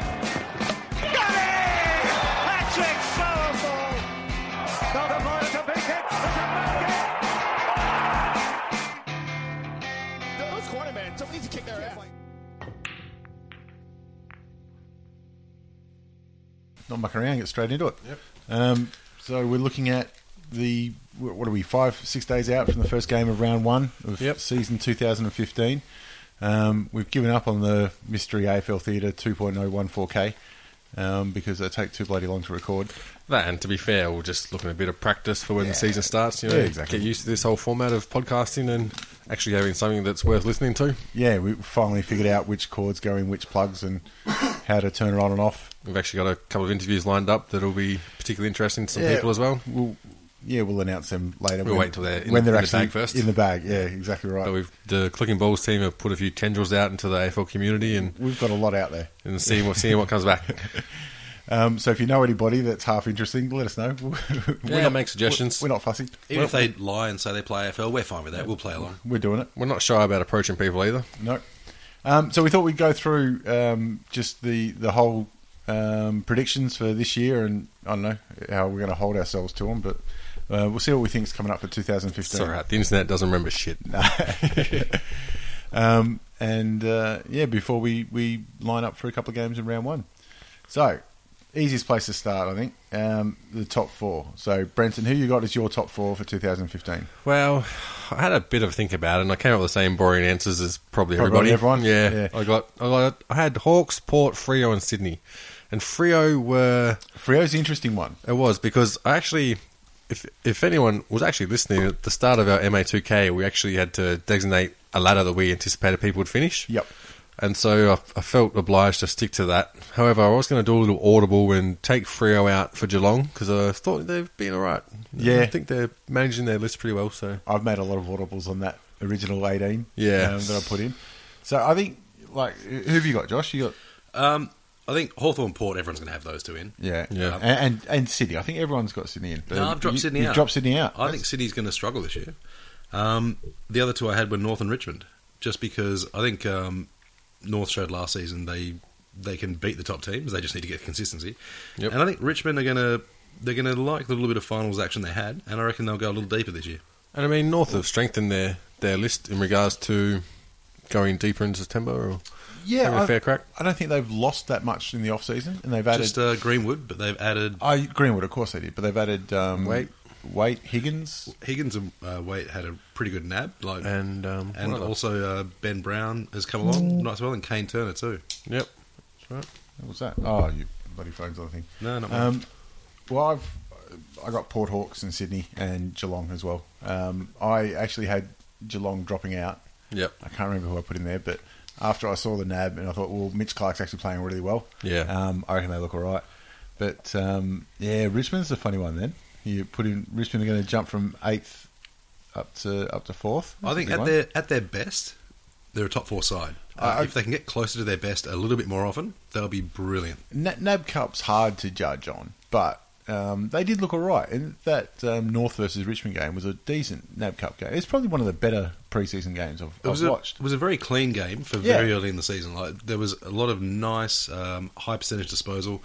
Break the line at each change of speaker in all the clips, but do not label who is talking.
Got it! Patrick Sauerbrei! Not a mile to make it, but to make it!
Those corner men, somebody needs to kick their ass.
not mucking around, get straight into it. Yep. Um, so we're looking at the wh- what are we five six days out from the first game of round one of
Yep.
season 2015. Um, we've given up on the mystery AFL Theatre 2.014K um, because they take too bloody long to record.
That, and to be fair, we're just looking at a bit of practice for when the season starts. You know,
Yeah, exactly.
get used to this whole format of podcasting and actually having something that's worth listening to.
Yeah, we finally figured out which chords go in which plugs and how to turn it on and off.
We've actually got a couple of interviews lined up that'll be particularly interesting to some
Yeah.
people as well.
We'll, yeah, we'll announce them later.
We'll wait till they're in
when
the-
they're
in the
actually
bag first.
in the bag. Yeah, exactly right.
But
We've,
we've the Clicking Balls team have put a few tendrils out into the AFL community and
got a lot out there.
and seeing what seeing what comes back.
Um, so if you know anybody that's half interesting, let us know. we're
Yeah, make suggestions.
We're not fussy.
Even if they lie and say they play AFL, we're fine with that. We'll play along.
We're doing it.
We're not shy about approaching people either.
No. Um, so we thought we'd go through um, just the the whole um, predictions for this year, and I don't know how we're going to hold ourselves to them, but uh, we'll see what we think's coming up for 2015.
It's all right. The internet doesn't remember shit.
um, and uh, yeah, before we, we line up for a couple of games in round one. So, easiest place to start, I think, um, the top four. So, Brenton, who you got as your top four for 2015?
Well, I had a bit of a think about it, and I came up with the same boring answers as probably,
Probably
everybody.
everyone,
yeah.
yeah.
I got, I got, I had Hawks, Port, Frio, and Sydney, and Frio were
Frio's the interesting one.
it was because I actually, if if anyone was actually listening at the start of our MA2K, we actually had to designate a ladder that we anticipated people would finish.
Yep.
And so I, I felt obliged to stick to that. However, I was going to do a little audible and take Frio out for Geelong because I thought they've been all right.
Yeah.
I think they're managing their list pretty well. So
I've made a lot of audibles on that original 18
Yeah.
um, that I put in. So, I think, like, who have you got, Josh? You got,
Um, I think Hawthorn Port, everyone's going to have those two in.
yeah.
Yeah.
And, and, and Sydney. I think everyone's got Sydney in. but
No, I've dropped
you-
Sydney
you've
out.
dropped Sydney out.
I think Sydney's going to struggle this year. Um, the other two I had were North and Richmond, just because I think um, North showed last season they they can beat the top teams. They just need to get consistency.
Yep.
And I think Richmond are going to they're going to like the little bit of finals action they had, and I reckon they'll go a little deeper this year.
And I mean, North have strengthened their, their list in regards to going deeper into September. Or
yeah,
having a
I,
fair crack.
I don't think they've lost that much in the off season, and they've added
Just uh, Greenwood, but they've added
I Greenwood, of course they did, but they've added um,
uh, Wait.
Wait Higgins.
Higgins and uh, Wait had a pretty good nab, like.
and um,
and
what other-
also uh, Ben Brown has come
Mm.
along nice well, and Kane Turner too.
yep,
What was that? Oh, you bloody phone's on the thing.
No, not mine.
Um, well, I've I got Port Hawks in Sydney and Geelong as well. Um, I actually had Geelong dropping out.
yep.
I can't remember who I put in there, but after I saw the nab and I thought, well, Mitch Clark's actually playing really well.
Yeah.
Um, I reckon they look all right. But um, yeah, Richmond's a funny one then. You put in Richmond are going to jump from eighth up to up to fourth.
I think
Big
at
one.
their at their best, they're a top four side. Uh,
I-
if they can get closer to their best a little bit more often, they'll be brilliant.
Na- Nab Cup's hard to judge on, but um, they did look all right. And that um, North versus Richmond game was a decent Nab Cup game. It's probably one of the better preseason games I've,
It was
I've
a,
watched.
it was a very clean game for
Yeah.
very early in the season. Like there was a lot of nice um, high percentage disposal,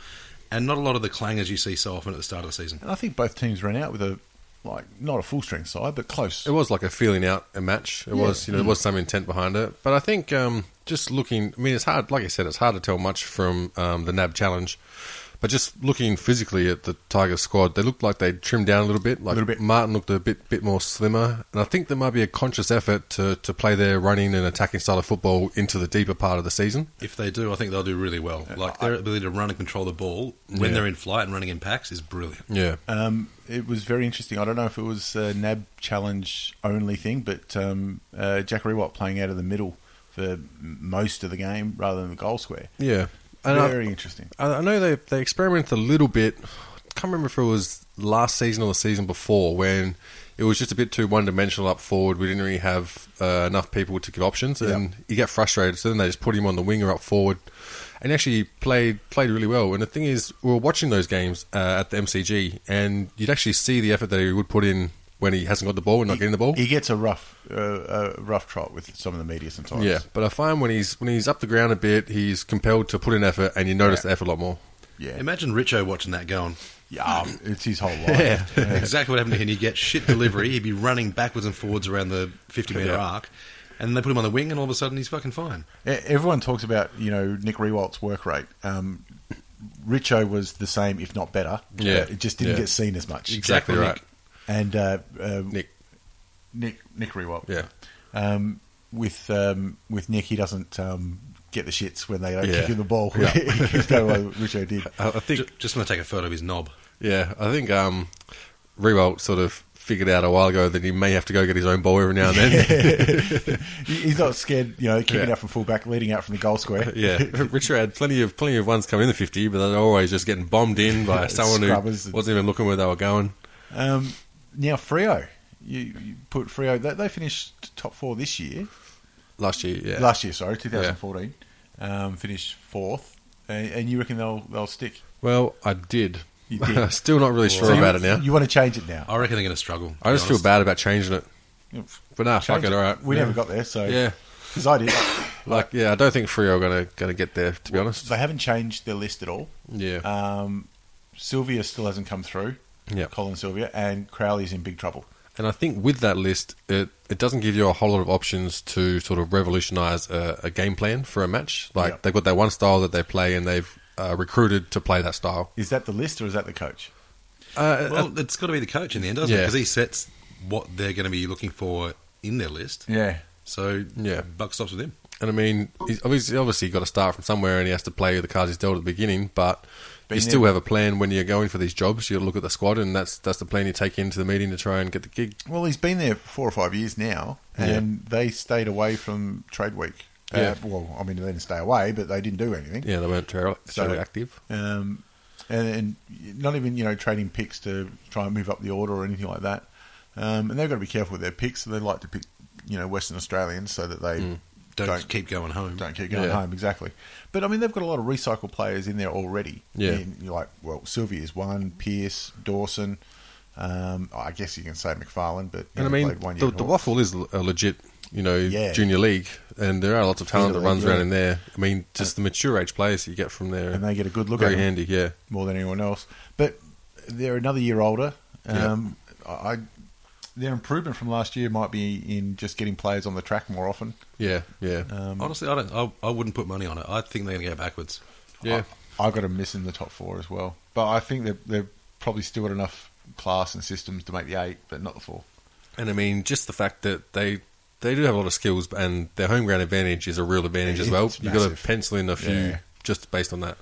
and not a lot of the clangers you see so often at the start of the season.
And I think both teams ran out with a like not a full strength side, but close.
It was like a feeling out a match. It
Yeah.
was, you know, there was some intent behind it. But I think um, just looking, I mean, it's hard. Like I said, it's hard to tell much from um, the NAB challenge. But just looking physically at the Tiger squad, they looked like they trimmed down a little bit. Like
Little bit.
Martin looked a bit bit more slimmer, and I think there might be a conscious effort to, to play their running and attacking style of football into the deeper part of the season.
If they do, I think they'll do really well. Like their ability to run and control the ball
Yeah.
when they're in flight and running in packs is brilliant.
Yeah,
Um, it was very interesting. I don't know if it was a NAB challenge only thing, but um, uh, Jack Rewat playing out of the middle for m- most of the game rather than the goal square.
yeah. And I-
Very interesting.
I, I know they they experimented a little bit. I can't remember if it was last season or the season before when it was just a bit too one dimensional up forward. We didn't really have uh, enough people to give options, and you get frustrated. So then they just put him on the wing or up forward, and actually played played really well. And the thing is, we were watching those games uh, at the MCG, and you'd actually see the effort that he would put in when he hasn't got the ball and not getting the ball.
He gets a rough, uh, uh, rough trot with some of the media sometimes.
yeah, but I find when he's when he's up the ground a bit, he's compelled to put in effort, and you notice the effort a lot more.
yeah,
Imagine Richo watching that going,
yeah. um, It's his whole life.
exactly what happened to him. He'd get shit delivery. He'd be running backwards and forwards around the 50 metre
Yeah.
arc. And they put him on the wing, and all of a sudden he's fucking fine.
E- Everyone talks about you know Nick Rewalt's work rate. Um, Richo was the same, if not better.
Yeah.
Uh, it just didn't
Yeah.
get seen as much.
Exactly right.
And uh, uh,
Nick.
Nick Nick Rewalt.
Yeah.
Um, with um, with Nick, he doesn't um, get the shits when they don't
Yeah.
kick him the ball.
Yeah.
He go like Richo did.
I, I think
Ju- Just want to take a photo of his knob.
Yeah, I think um, Rewalt sort of figured out a while ago that he may have to go get his own ball every now and then.
He- He's not scared, you know, kicking
Yeah.
out from fullback, leading out from the goal square.
yeah, Richard had plenty of plenty of ones coming in the fifty, but they're always just getting bombed in by someone who
Scrubbers.
wasn't even looking where they were going.
Um, now Frio, you, you put Frio. They, they finished top four this year.
Last year, yeah,
last year, sorry, 2014, um, finished fourth, and, and you reckon they'll they'll stick?
well, I did.
You did.
Still not really sure
So you-
about it now.
You want to change it now?
I reckon they're going to struggle. to
I just
be
feel
honest.
bad about changing it, but nah, fuck
Change
it. All right,
We
Yeah.
never got there, so
Yeah,
because I did.
like yeah, I don't think Frio are gonna gonna get there. To be honest,
they haven't changed their list at all.
yeah,
Um, Sylvia still hasn't come through.
yeah.
Colin Sylvia and Crowley's in big trouble.
And I think with that list, it, it doesn't give you a whole lot of options to sort of revolutionise a, a game plan for a match. Like
Yeah.
they've got that one style that they play, and they've uh, recruited to play that style.
Is that the list or is that the coach?
Uh, uh,
Well, it's got to be the coach in the end, doesn't it?
Yeah.
Because he sets what they're going to be looking for in their list.
Yeah,
So
Yeah.
buck stops with him.
and I mean, he's obviously, obviously got to start from somewhere, and he has to play the cards he's dealt at the beginning. But
But
you
you
still
never-
have a plan when you're going for these jobs. You look at the squad, and that's that's the plan you take into the meeting to try and get the gig.
Well, he's been there four or five years now, and they stayed away from trade week.
Yeah.
Uh, well, I mean, they didn't stay away, but they didn't do anything.
Yeah, they weren't terribly
So-
active.
um, and, and not even you know trading picks to try and move up the order or anything like that. Um, and they've got to be careful with their picks. So they like to pick you know Western Australians so that they
Don't,
Don't-
keep going home.
don't keep going
Mm. Yeah.
home exactly. But I mean they've got a lot of recycled players in there already.
Yeah.
And you're like well Sylvia is one, Pierce, Dawson. Um, I guess you can say McFarlane, but he
And I
only
mean,
played one year
the,
at
the
all.
waffle is a legit, you know,
Yeah.
junior league, and there are lots of talent that
Junior league,
runs around
yeah. Uh,
in there. I mean, just the mature age players you get from there,
and they get a good look at
very
them.
handy. Yeah,
more than anyone else. But they're another year older. Um, I, I- their improvement from last year might be in just getting players on the track more often.
yeah, yeah,
Um,
Honestly, I don't. I, I wouldn't put money on it. I think they're going to go backwards.
yeah.
I, have got them missing the top four as well. But I think they're, they're probably still got enough class and systems to make the eight, but not the four.
And I mean, just the fact that they they do have a lot of skills, and their home ground advantage is a real advantage as well.
It's
You've got to
massive.
pencil in a few
Yeah.
just based on that.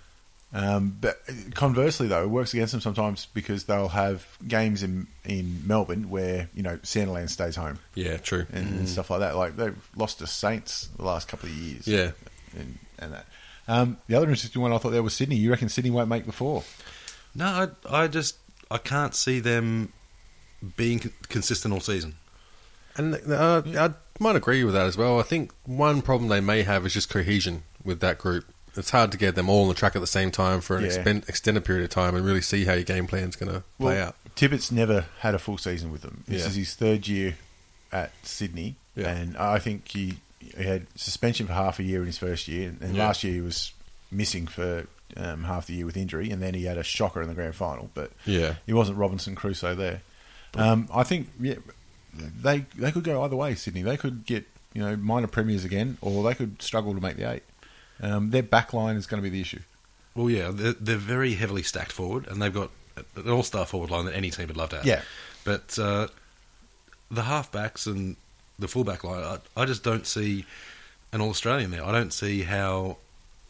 Um, but conversely, though, it works against them sometimes because they'll have games in, in Melbourne where, you know, Sandiland stays home
Yeah, true.
and, and stuff like that. Like, they've lost to Saints the last couple of years.
Yeah.
and, and that. Um, the other interesting one I thought there was Sydney. You reckon Sydney won't make the four?
No, I, I just I can't see them being con- consistent all season.
And uh, I might agree with that as well. I think one problem they may have is just cohesion with that group. It's hard to get them all on the track at the same time for an
Yeah.
expen- extended period of time and really see how your game plan's going to play out.
Tippett's never had a full season with them. This
Yeah.
is his third year at Sydney,
Yeah.
and I think he, he had suspension for half a year in his first year, and, and
Yeah.
last year he was missing for um, half the year with injury, and then he had a shocker in the grand final. But
Yeah.
he wasn't Robinson Crusoe there. Um, I think yeah, they they could go either way. Sydney they could get you know minor premiers again, or they could struggle to make the eight. Um, their back line is going to be the issue.
Well, yeah, they're, they're very heavily stacked forward, and they've got an all-star forward line that any team would love to have.
Yeah.
but uh, the halfbacks and the fullback line, I, I just don't see an All-Australian there. I don't see how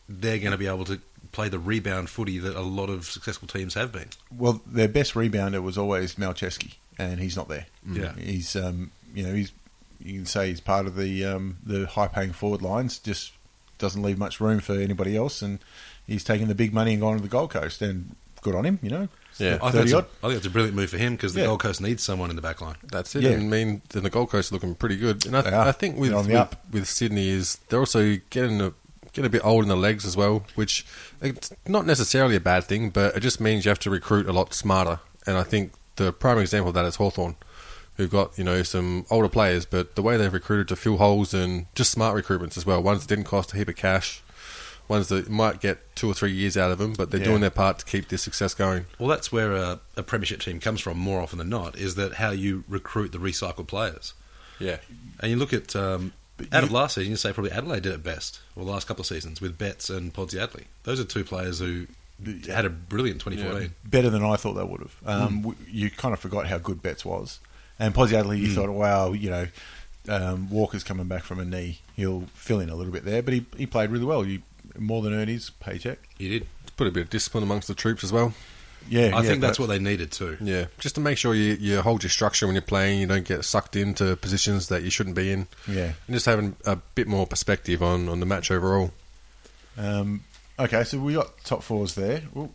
they're going to be able to play the rebound footy that a lot of successful teams have been.
Well, their best rebounder was always Malcheski, and he's not there.
Mm. Yeah.
he's um, you know he's you can say he's part of the um, the high paying forward lines. Just doesn't leave much room for anybody else, and he's taken the big money and gone to the Gold Coast. And good on him, you know.
Yeah.
I think,
thirty
that's a,
odd.
I think that's a brilliant move for him because the
Yeah.
Gold Coast needs someone in the back line.
That's it.
Yeah.
I mean, then the Gold Coast are looking pretty good, and I,
They
th-
are.
I think with
They're on the
with,
up.
with Sydney is they're also getting a getting a bit old in the legs as well, which it's not necessarily a bad thing, but it just means you have to recruit a lot smarter. And I think the prime example of that is Hawthorn, who've got you know some older players, but the way they've recruited to fill holes and just smart recruitments as well. Ones that didn't cost a heap of cash. Ones that might get two or three years out of them, but they're
Yeah.
doing their part to keep this success going.
Well, that's where a, a premiership team comes from more often than not is that how you recruit the recycled players.
Yeah,
And you look at um, out of last season, you say probably Adelaide did it best, or the last couple of seasons with Betts and Podsy Adley. Those are two players who had a brilliant 2014.
better than I thought they would have.
Mm.
Um, w You kind of forgot how good Betts was, and Posy Adley.
Mm.
You thought, wow, you know, um, Walker's coming back from a knee; he'll fill in a little bit there. But he he played really well. You more than earned his paycheck.
He did.
put a bit of discipline amongst the troops as well.
Yeah,
I think that's what they needed too.
Yeah, just to make sure you, you hold your structure when you're playing, you don't get sucked into positions that you shouldn't be in.
Yeah.
And just having a bit more perspective on, on the match overall.
Um, okay, so we got top fours there. Ooh,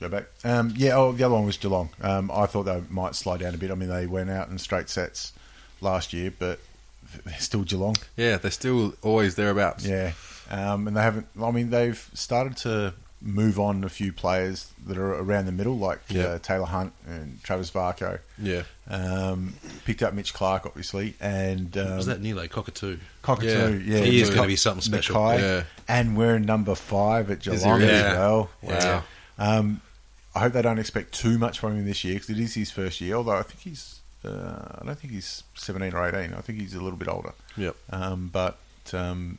go back. Um, yeah, oh, the other one was Geelong. Um, I thought they might slow down a bit. I mean, they went out in straight sets last year, but they're still Geelong.
Yeah, they're still always thereabouts.
Yeah, um, and they haven't. I mean, they've started to move on a few players that are around the middle, like
Yeah.
uh, Taylor Hunt and Travis Varco.
Yeah.
Um, picked up Mitch Clark, obviously, and um,
Was that Nilo Cockatoo?
Cockatoo.
Yeah.
Yeah,
He is
Mackay-
gonna be something special.
Mackay.
Yeah.
and we're number five at
he
Geelong
really?
as
Yeah.
well.
Wow.
Yeah. Um, I hope they don't expect too much from him this year because it is his first year. Although I think he's, uh, I don't think he's seventeen or eighteen. I think he's a little bit older.
Yep.
Um, but um,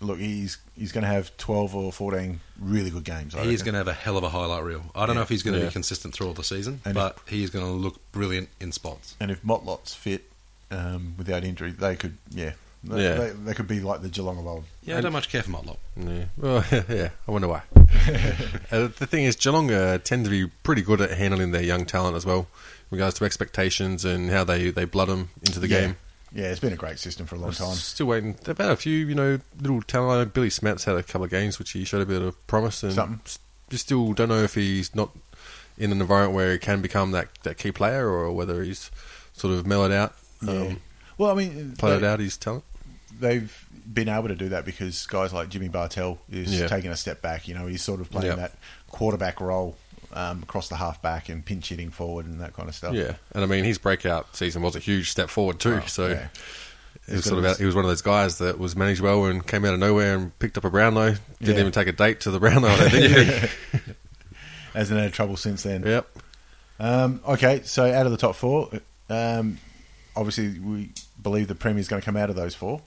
look, he's he's going to have twelve or fourteen really good games. I
He is
reckon.
going to have a hell of a highlight reel. I don't know if he's going to
Yeah.
be consistent through all the season,
And
but he is going to look brilliant in spots.
and if Motlot's fit um, without injury, they could, yeah, they,
Yeah.
They, they could be like the Geelong of old.
Yeah, I don't much care for Motlop.
Yeah. Well, yeah, I wonder why. uh, the thing is, Geelong uh, tend to be pretty good at handling their young talent as well, in regards to expectations and how they, they blood them into the
yeah.
game.
Yeah, it's been a great system for a long time.
Still waiting. They've had a few, you know, little talent. I know Billy Smat's had a couple of games which he showed a bit of promise, and
Something.
s- you still don't know if he's not in an environment where he can become that, that key player, or whether he's sort of mellowed out,
Yeah.
um,
Well, I mean,
played
they-
out his talent.
they've been able to do that because guys like Jimmy Bartell is
Yeah.
taking a step back. You know, he's sort of playing
Yeah.
that quarterback role um, across the halfback and pinch hitting forward and that kind of stuff.
Yeah, and I mean his breakout season was a huge step forward too.
Oh,
so
yeah.
it was
He's
sort of
got
out, he was one of those guys that was managed well and came out of nowhere and picked up a Brownlow. Didn't
Yeah.
even take a date to the Brownlow. I don't think.
hasn't had trouble since then.
yep.
Um, okay, so out of the top four, um, obviously we believe the premier's going to come out of those four.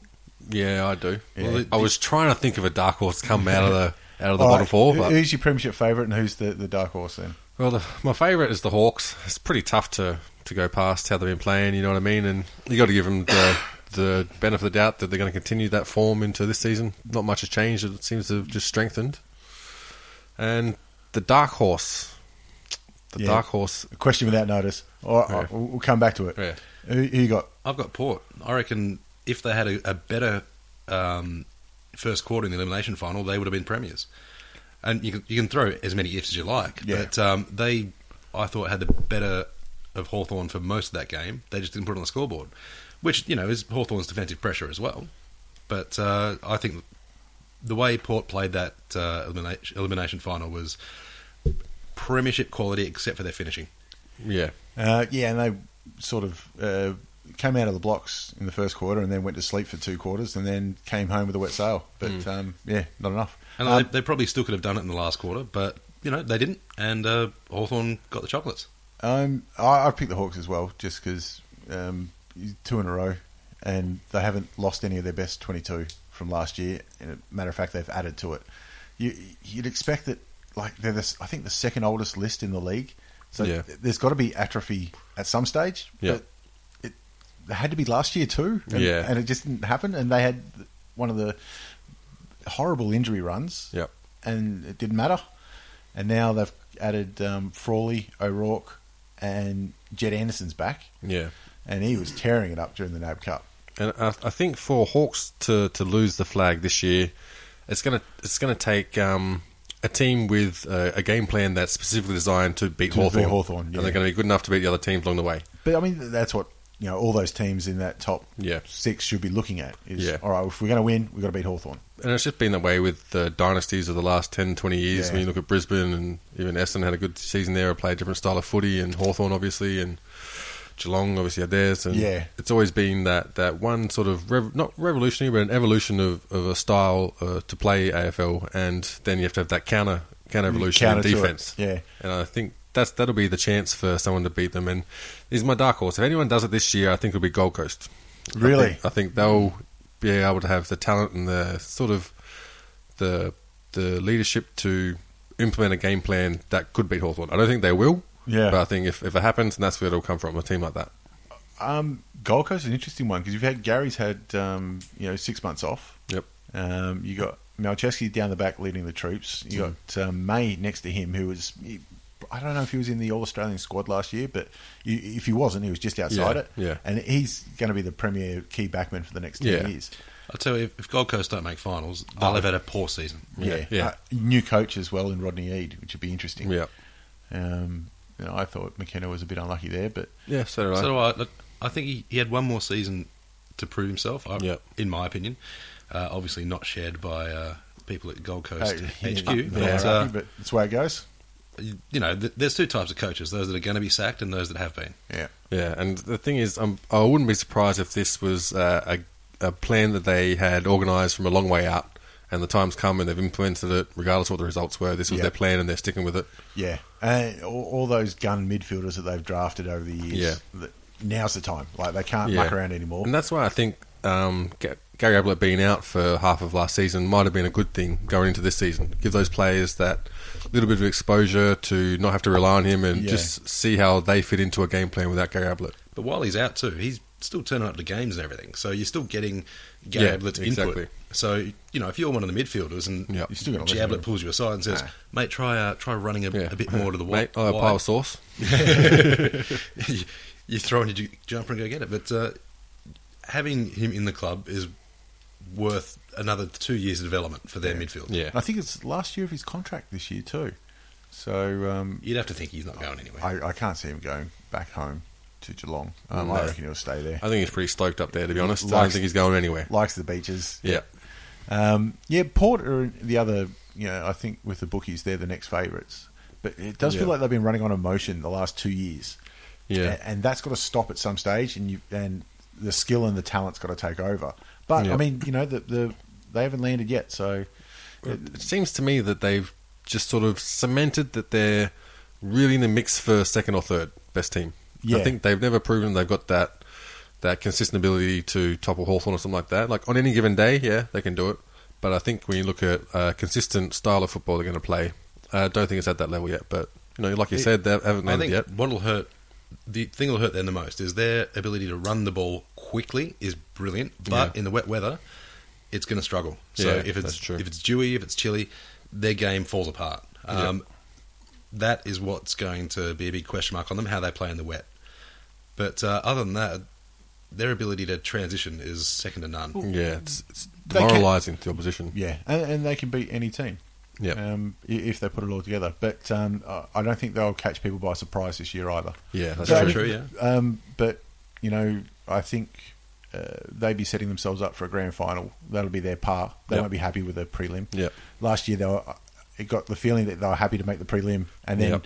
Yeah, I do.
Yeah. Oh,
Well, I was trying to think of a dark horse come out of the out of the
All
bottom
right,
four,
who-
but
Who's your premiership favourite and who's the, the dark horse then?
Well, the, my favourite is the Hawks. It's pretty tough to, to go past how they've been playing. You know what I mean? And you got to give them the the benefit of the doubt that they're going to continue that form into this season. Not much has changed. It seems to have just strengthened. And the dark horse, the
Yeah.
dark horse.
A question without notice. Or
Yeah.
we'll we'll come back to it.
Yeah.
Who, who you got?
I've got Port. I reckon if they had a, a better um, first quarter in the elimination final, they would have been premiers. And you can, you can throw as many ifs as you like,
Yeah.
but um, they, I thought, had the better of Hawthorn for most of that game. They just didn't put it on the scoreboard, which you know is Hawthorn's defensive pressure as well. But uh, I think the way Port played that uh, elimination, elimination final was premiership quality, except for their finishing.
Yeah,
Uh, yeah, and they sort of uh, came out of the blocks in the first quarter and then went to sleep for two quarters and then came home with a wet sail. But um, yeah, not enough.
And
Um,
they, they probably still could have done it in the last quarter, but you know they didn't, and uh, Hawthorn got the chocolates.
um, I, I picked the Hawks as well, just because um, two in a row, and they haven't lost any of their best twenty-two from last year. And a matter of fact, they've added to it. You, you'd expect that like they're the, I think the second oldest list in the league. So
Yeah.
th- there's got to be atrophy at some stage.
Yeah.
But it, it had to be last year too. And,
Yeah.
And it just didn't happen. And they had one of the horrible injury runs.
Yep.
And it didn't matter. And now they've added um, Frawley, O'Rourke, and Jed Anderson's back.
Yeah.
And he was tearing it up during the NAB Cup.
And I, I think for Hawks to, to lose the flag this year, it's gonna it's gonna take um, a team with uh, a game plan that's specifically designed to beat
To beat
Hawthorn.
Hawthorn, yeah.
and they're gonna be good enough to beat the other teams along the way.
But I mean, that's what you know. All those teams in that top
Yeah.
six should be looking at. Is
Yeah.
all right. If we're going to win, we've got to beat Hawthorn.
And it's just been that way with the dynasties of the last 10, 20 years.
Yeah.
When you look at Brisbane and even Essendon had a good season there, played a different style of footy, and Hawthorn obviously, and Geelong obviously had theirs. And
Yeah.
it's always been that, that one sort of, rev- not revolutionary, but an evolution of, of a style uh, to play AFL. And then you have to have that counter counter evolution
Counter
in
to it,
defence.
yeah.
And I think that's that'll be the chance for someone to beat them. And this is my dark horse. If anyone does it this year, I think it'll be Gold Coast.
Really?
I think, I think they'll be able to have the talent and the sort of the the leadership to implement a game plan that could beat Hawthorn. I don't think they will.
Yeah.
But I think if, if it happens, then that's where it'll come from, a team like that.
Um, Gold Coast is an interesting one because you've had Gary's had um, you know six months off.
Yep.
Um, you got Malcheski down the back leading the troops. You
Hmm.
got um, May next to him, who was he, I don't know if he was in the All Australian squad last year, but you, if he wasn't, he was just outside
Yeah,
it.
yeah.
And he's going to be the premier key backman for the next ten
Yeah.
years.
I'll tell you, if, if Gold Coast don't make finals, they'll have had a poor season.
Oh. Yeah.
Yeah.
Uh, new coach as well in Rodney Eade, which would be interesting.
Yeah.
Um, you know, I thought McKenna was a bit unlucky there, but
Yeah, so do I.
So do I, look, I think he, he had one more season to prove himself, I,
Yep.
in my opinion. Uh, obviously, not shared by uh, people at Gold Coast
Hey,
HQ.
yeah,
but,
yeah,
uh,
but it's the way it goes.
you know, th- there's two types of coaches: those that are going to be sacked and those that have been.
Yeah,
Yeah, and the thing is, um, I wouldn't be surprised if this was uh, a, a plan that they had organised from a long way out, and the time's come and they've implemented it, regardless of what the results were. This was
Yeah.
their plan, and they're sticking with it.
yeah. And all, all those gun midfielders that they've drafted over the years.
Yeah.
that- now's the time. Like they can't muck around anymore.
And that's why I think um, Ga- Gary Ablett being out for half of last season might have been a good thing going into this season. Give those players that little bit of exposure to not have to rely on him and
Yeah.
just see how they fit into a game plan without Gary Ablett.
But while he's out too, he's still turning up to games and everything. So you're still getting Gary
Yeah,
Ablett's
exactly.
input. So you know, if you're one of the midfielders and
Yeah. You're
still gonna
G
listen to
Ablett
him.
pulls you aside and says,
Nah.
"Mate, try uh, try running a,
Yeah.
a bit more to the wa-
Mate, I have a pile
wide."
of sauce.
you, you throw in your ju- jumper and go get it. But uh, having him in the club is worth another two years of development for their midfield.
Yeah.
I think it's last year of his contract this year too. So um,
You'd have to think he's not going anywhere.
I, I can't see him going back home to Geelong. Um, I
No.
reckon he'll stay there.
I think he's pretty stoked up there, to be honest. I don't
Likes-
think he's going anywhere.
Likes the beaches.
Yeah.
Um, yeah, Port are the other, you know, I think with the bookies, they're the next favourites. But it does feel
Yeah.
like they've been running on emotion the last two years.
Yeah.
A- And that's got to stop at some stage, and you and the skill and the talent's got to take over. But
Yeah.
I mean, you know, the, the they haven't landed yet, so
It seems to me that they've just sort of cemented that they're really in the mix for second or third best team.
Yeah.
I think they've never proven they've got that that consistent ability to topple Hawthorn or something like that. Like on any given day, yeah, they can do it. But I think when you look at uh, consistent style of football they're going to play, I don't think it's at that level yet. But you know, like you said, they haven't
I
landed
think
yet.
what'll hurt the thing that'll hurt them the most is their ability to run the ball quickly is brilliant, but
Yeah.
in the wet weather, it's going to struggle. So
Yeah,
if
that's
it's
true.
if it's dewy, if it's chilly, their game falls apart. Um, That is what's going to be a big question mark on them how they play in the wet. But uh, other than that, their ability to transition is second to none.
Yeah, it's, it's
They can-
demoralising to the opposition.
yeah, and, and they can beat any team.
Yeah.
Um, i- if they put it all together, but um, I- I don't think they'll catch people by surprise this year either.
Yeah, that's
So,
true.
true, yeah.
Um, but you know, I think uh, they'd be setting themselves up for a grand final. That'll be their par. They
Yep.
won't be happy with the prelim.
Yep.
Last year, they were. It got the feeling that they were happy to make the prelim, and then
Yep.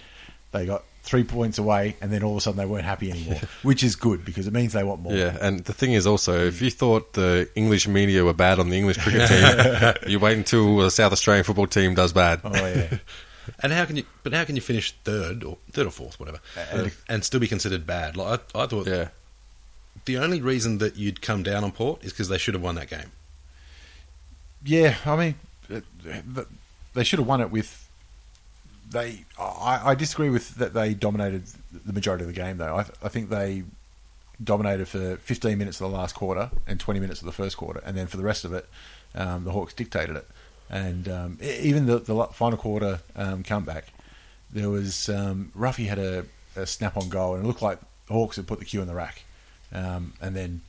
they got three points away, and then all of a sudden they weren't happy anymore, which is good because it means they want more.
Yeah, and the thing is also, if you thought the English media were bad on the English cricket team, you wait until the South Australian football team does bad.
Oh yeah.
And how can you? But how can you finish third or third or fourth, whatever,
And-
uh, and still be considered bad? Like I, I thought,
Yeah,
the only reason that you'd come down on Port is because they should have won that game.
Yeah, I mean, uh, th- they should have won it with they, I, I disagree with that. They dominated the majority of the game, though. I, I think they dominated for 15 minutes of the last quarter and 20 minutes of the first quarter, and then for the rest of it, um, the Hawks dictated it. And um, e- even the, the la- final quarter um, comeback, there was um, Ruffy had a, a snap on goal, and it looked like the Hawks had put the cue in the rack. Um, and then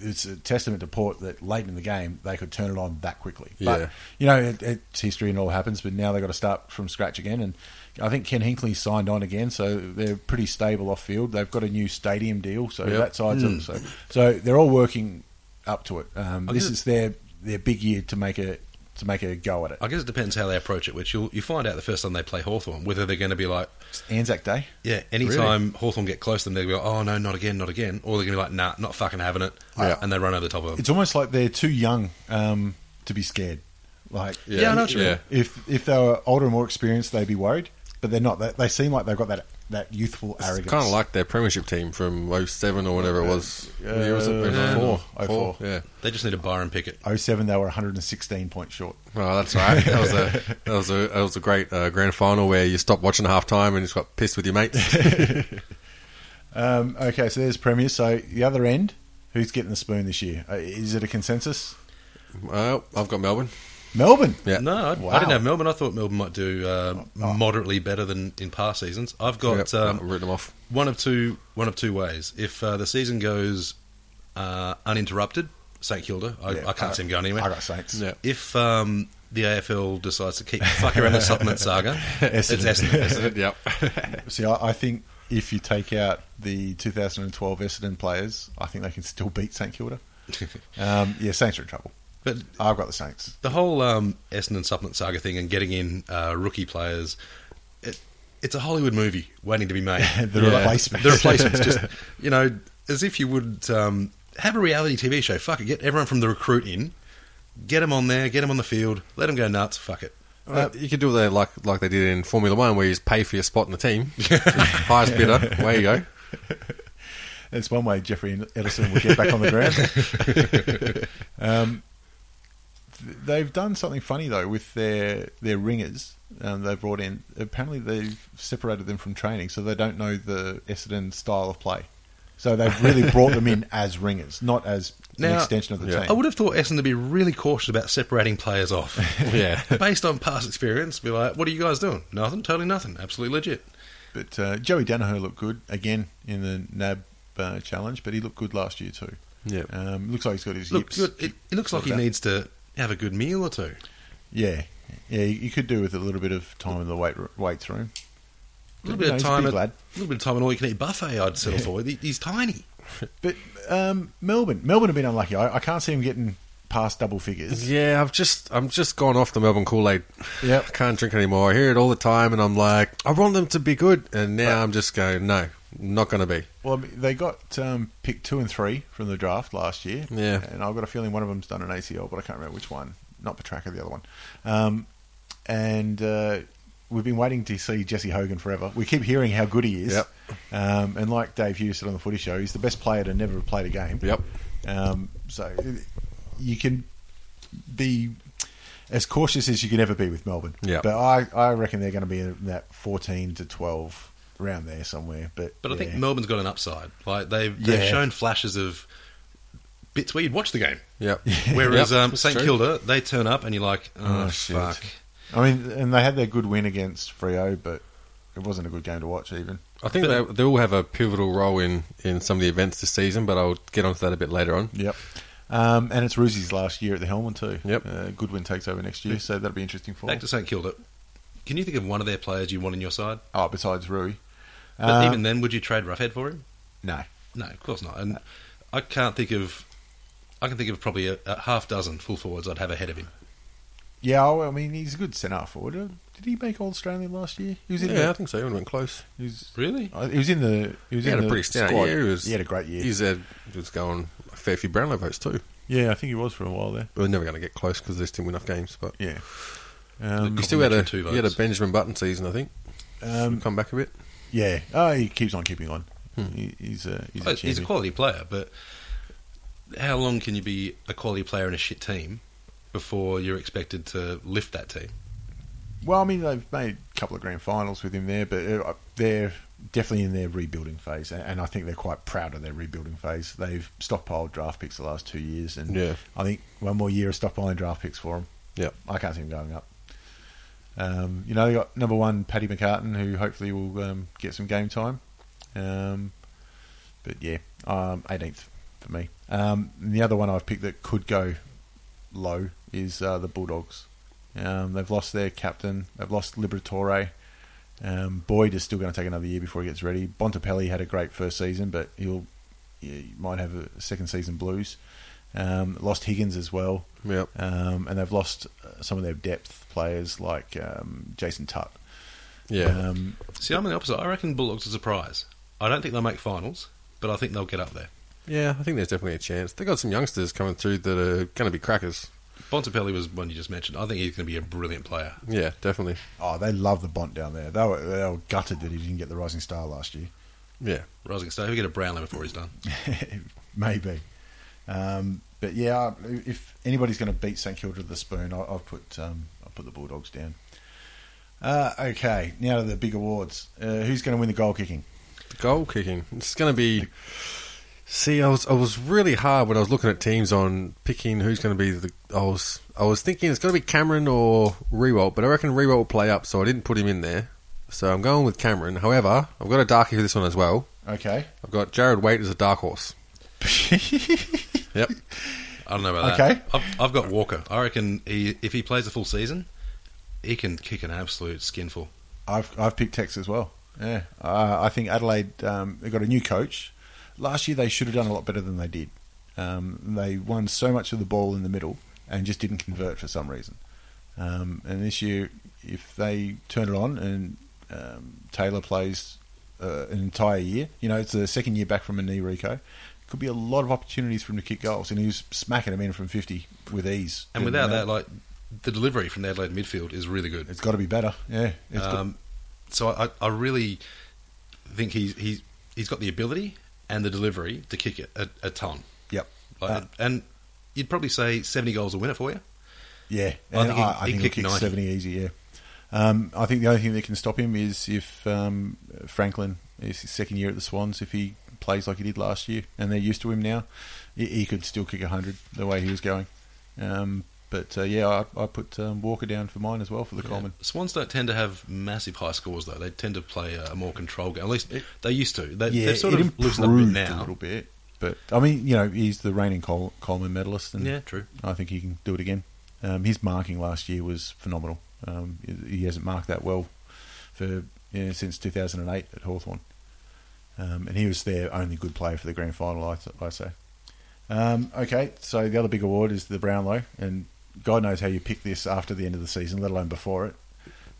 it's a testament to Port that late in the game they could turn it on that quickly.
Yeah.
But you know, it, it's history and all happens, but now they've got to start from scratch again. And I think Ken Hinkley signed on again, so they're pretty stable off field. They've got a new stadium deal, so
Yep. Hmm.
that side's up. So, so they're all working up to it. Um,
I
this
guess-
is their their big year to make a to make a go at it.
I guess it depends how they approach it, which you'll, you find out the first time they play Hawthorn whether they're going to be like,
It's Anzac Day.
yeah, anytime Hawthorn get close to them, they'll be like, oh, no, not again, not again. Or they're going to be like, nah, not fucking having it.
Yeah.
And they run over the top of them.
It's almost like they're too young um, to be scared. Like
Yeah, Yeah,
that's
right.
If if they were older and more experienced, they'd be worried. But they're not. They, they seem like they've got that that youthful arrogance.
Kind of like their premiership team from 07 or whatever it was.
Uh,
yeah, was it?
yeah.
04.
04.
Yeah.
they just need a Byron Pickett.
07, they were 116 points short.
Oh, that's all right. That was a that was a that was a great uh, grand final where you stopped watching half time and you just got pissed with your mates.
Um, okay, so there's Premier. So the other end, who's getting the spoon this year? Uh, is it a consensus?
Uh, I've got Melbourne.
Melbourne.
Yeah.
No, I,
Wow.
I didn't have Melbourne. I thought Melbourne might do uh, moderately better than in past seasons. I've got
Yep,
um,
I've written them off.
one of two one of two ways. If uh, the season goes uh, uninterrupted, St Kilda, I,
Yeah,
I can't see him going anywhere.
I got Saints.
Yeah.
If um, the AFL decides to keep fuck around the supplement saga, it's
Essendon.
Essendon. Essendon.
Yep.
See, I, I think if you take out the 2012 Essendon players, I think they can still beat St Kilda. Um, yeah, Saints are in trouble.
But
I've got the Saints.
the whole um, Essendon supplement saga thing and getting in uh, rookie players, it, it's a Hollywood movie waiting to be made.
The
Yeah.
replacements.
the replacements just you know as if you would um, have a reality TV show. Fuck it, get everyone from the recruit in, get them on there, get them on the field, let them go nuts. Fuck it.
Uh, you could do that like like they did in Formula One, where you just pay for your spot in the team, highest bidder. Away you go.
That's one way Jeffrey Edison will get back on the ground. um, th- they've done something funny though with their their ringers. Um, they've brought in. Apparently, they've separated them from training, so they don't know the Essendon style of play. So they've really brought them in as ringers, not as an
Now-
extension of the
Yeah.
team.
I would have thought Essendon to be really cautious about separating players off.
Yeah.
Based on past experience, be like, what are you guys doing? Nothing, totally nothing, absolutely legit.
But uh, Joey Danaher looked good again in the NAB uh, challenge, but he looked good last year too.
Yeah.
um, looks like he's got his
Look,
hips.
good. It, it looks like he
that.
needs to have a good meal or two.
Yeah, yeah, you could do with a little bit of time in the weight weights room.
A little bit
No,
of
he's a
time,
big
at, a
lad.
little bit of time, and all you can eat buffet. I'd settle for. He- He's tiny.
But um, Melbourne, Melbourne have been unlucky. I, I can't see him getting past double figures.
Yeah, I've just I'm just gone off the Melbourne Kool Aid.
Yep.
I can't drink anymore. I hear it all the time, and I'm like, I want them to be good, and now I'm just going, no, not going to be.
Well, I mean, they got um, pick two and three from the draft last year.
Yeah.
and I've got a feeling one of them's done an ACL, but I can't remember which one. Not Petraka, the other one. Um, and uh, we've been waiting to see Jesse Hogan forever. We keep hearing how good he is.
Yep.
Um, and like Dave Hughes said on the Footy Show, he's the best player to never have played a game.
Yep.
Um, so you can be as cautious as you can ever be with Melbourne.
Yeah.
But I, I reckon they're going to be in that 14 to 12 around there somewhere. But,
But I think
yeah.
Melbourne's got an upside. Like they've they've
Yeah.
shown flashes of bits where you'd watch the game.
Yep.
Whereas
Yep,
um,
it's
St
true.
Kilda, they turn up and you're like, oh,
Oh, shit.
fuck.
I mean, and they had their good win against Frio, but it wasn't a good game to watch even.
I think they, they will have a pivotal role in, in some of the events this season, but I'll get onto that a bit later on.
Yep. Um, and it's Ruzzi's last year at the helm, too.
Yep.
Uh, Goodwin takes over next year, so that'll be interesting for
Back to St Kilda. Can you think of one of their players you want on your side?
Oh, besides Rui.
But
Uh,
even then, would you trade Roughhead for him?
No.
No, of course not. And I can't think of. I can think of probably a, a half dozen full forwards I'd have ahead of him.
Yeah, well, I mean, he's a good centre forward. Uh, Did he make All Australian last year? He was in
Yeah, I
the,
think so. It would have been close.
he was
Really?
Uh, He was in the. He was
He
in
had a
the
pretty standout
squad.
year. He, was,
He had a great year.
He's had, he was going a fair few Brownlow votes too.
yeah, I think he was for a while there.
We're never going to get close because they just didn't win enough games. But
Yeah. Um,
you still had a
Two
you had a
votes.
Benjamin Button season, I think.
um,
Come back a bit.
yeah. Oh, he keeps on keeping on.
Hmm.
He, he's a he's a,
Oh, He's a
champion.
quality player, but how long can you be a quality player in a shit team before you're expected to lift that team?
Well, I mean, they've made couple of grand finals with him there, but uh, they're definitely in their rebuilding phase, and- and I think they're quite proud of their rebuilding phase. They've stockpiled draft picks the last two years, and
Yeah.
I think one more year of stockpiling draft picks for them.
Yep.
I can't see them going up. Um, you know, they got number one Paddy McCartan, who hopefully will um, get some game time. Um, but yeah, um, 18th for me. Um, and the other one I've picked that could go low is uh, the Bulldogs. Um, they've lost their captain. They've lost Liberatore. Um, Boyd is still going to take another year before he gets ready. Bontempelli had a great first season, but he'll he might have a second season blues. Um, lost Higgins as well.
Yep.
Um, and they've lost uh, some of their depth players like um, Jason Tutt.
Yeah.
Um,
See, I'm on the opposite. I reckon Bulldogs a surprise. I don't think they'll make finals, but I think they'll get up there.
yeah, I think there's definitely a chance. They've got some youngsters coming through that are going to be crackers.
Bontempelli was one you just mentioned. I think he's going to be a brilliant player.
Yeah, definitely.
oh, they love the Bont down there. They were, they were gutted that he didn't get the Rising Star last year.
Yeah.
Rising Star, he'll get a Brownlow before he's done.
Maybe. Um, but yeah, if anybody's going to beat St Kilda to the spoon, I, I've put um, I've put the Bulldogs down. Uh, okay, now to the big awards. Uh, who's going to win the goal kicking?
The goal kicking. It's going to be. See, I was I was really hard when I was looking at teams on picking who's going to be the. I was I was thinking it's going to be Cameron or Rewalt, but I reckon Rewalt will play up, so I didn't put him in there. So I'm going with Cameron. However, I've got a darkie for this one as well.
Okay.
I've got Jared Waite as a dark horse. Yep.
I don't know about
Okay.
that. I've, I've got Walker. I reckon he, if he plays a full season, he can kick an absolute skinful.
I've I've picked Tex as well. Yeah, uh, I think Adelaide um, they got a new coach. Last year they should have done a lot better than they did. Um, they won so much of the ball in the middle and just didn't convert for some reason. Um, and this year, if they turn it on and um, Taylor plays uh, an entire year, you know it's the second year back from a knee Rico. Could be a lot of opportunities for him to kick goals, and he was smacking them in from fifty with ease.
And without that, like the delivery from the Adelaide midfield is really good.
it's got to be better. Yeah, it's got-
Um, so I, I really think he's he's he's got the ability and the delivery to kick it a, a ton.
Yep.
Like,
Uh,
and you'd probably say seventy goals will win it for you.
Yeah,
I
and I
think he-
I
he
think he'll
kicked
kick
90.
seventy easy. Yeah, um, I think the only thing that can stop him is if um, Franklin is his second year at the Swans. If he plays like he did last year, and they're used to him now, he, he could still kick hundred the way he was going. Um, but uh, yeah, I, I put um, Walker down for mine as well for the Coleman.
Swans don't tend to have massive high scores though. They tend to play a more controlled game. At least they used to. They,
Yeah,
they've sort
it
of loosened up a bit
improved a
now.
little bit. But I mean, you know, he's the reigning Col- Coleman medalist, and
Yeah, true.
I think he can do it again. Um, his marking last year was phenomenal. Um, he- he hasn't marked that well for you know, since 2008 at Hawthorn, um, and he was their only good player for the grand final. I, I say. Um, okay, so the other big award is the Brownlow, and God knows how you pick this after the end of the season, let alone before it.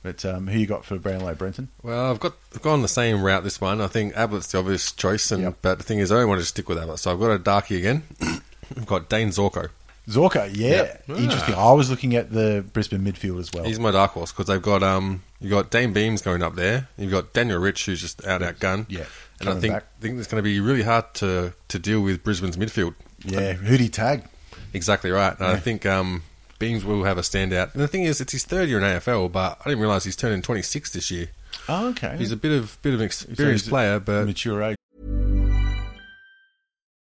But um, who you got for Brownlow, Brenton?
Well, I've got I've gone the same route this one. I think Abbott's the obvious choice, and
Yep.
but the thing is, I only wanted to stick with Abbott, so I've got a darkie again. I've got Dane Zorko.
Zorka, yeah,
Yeah.
interesting. I was looking at the Brisbane midfield as well.
Ah. He's my dark horse because they've got um you got Dane Beams going up there. You've got Daniel Rich who's just out out gun.
Yeah,
and I
coming
think
back.
think it's going to be really hard to to deal with Brisbane's midfield.
Yeah, who'd he tag?
Exactly right. And I think um Beams will have a standout. And the thing is, it's his third year in AFL, but I didn't realise he's turning twenty six this year.
Oh, okay.
He's a bit of bit of an experienced player, but
mature age.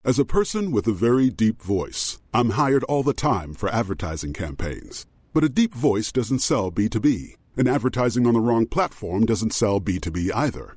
As a person with a very deep voice, I'm hired all the time for advertising campaigns. But a deep voice doesn't sell B2B, and advertising on the wrong platform doesn't sell B2B either.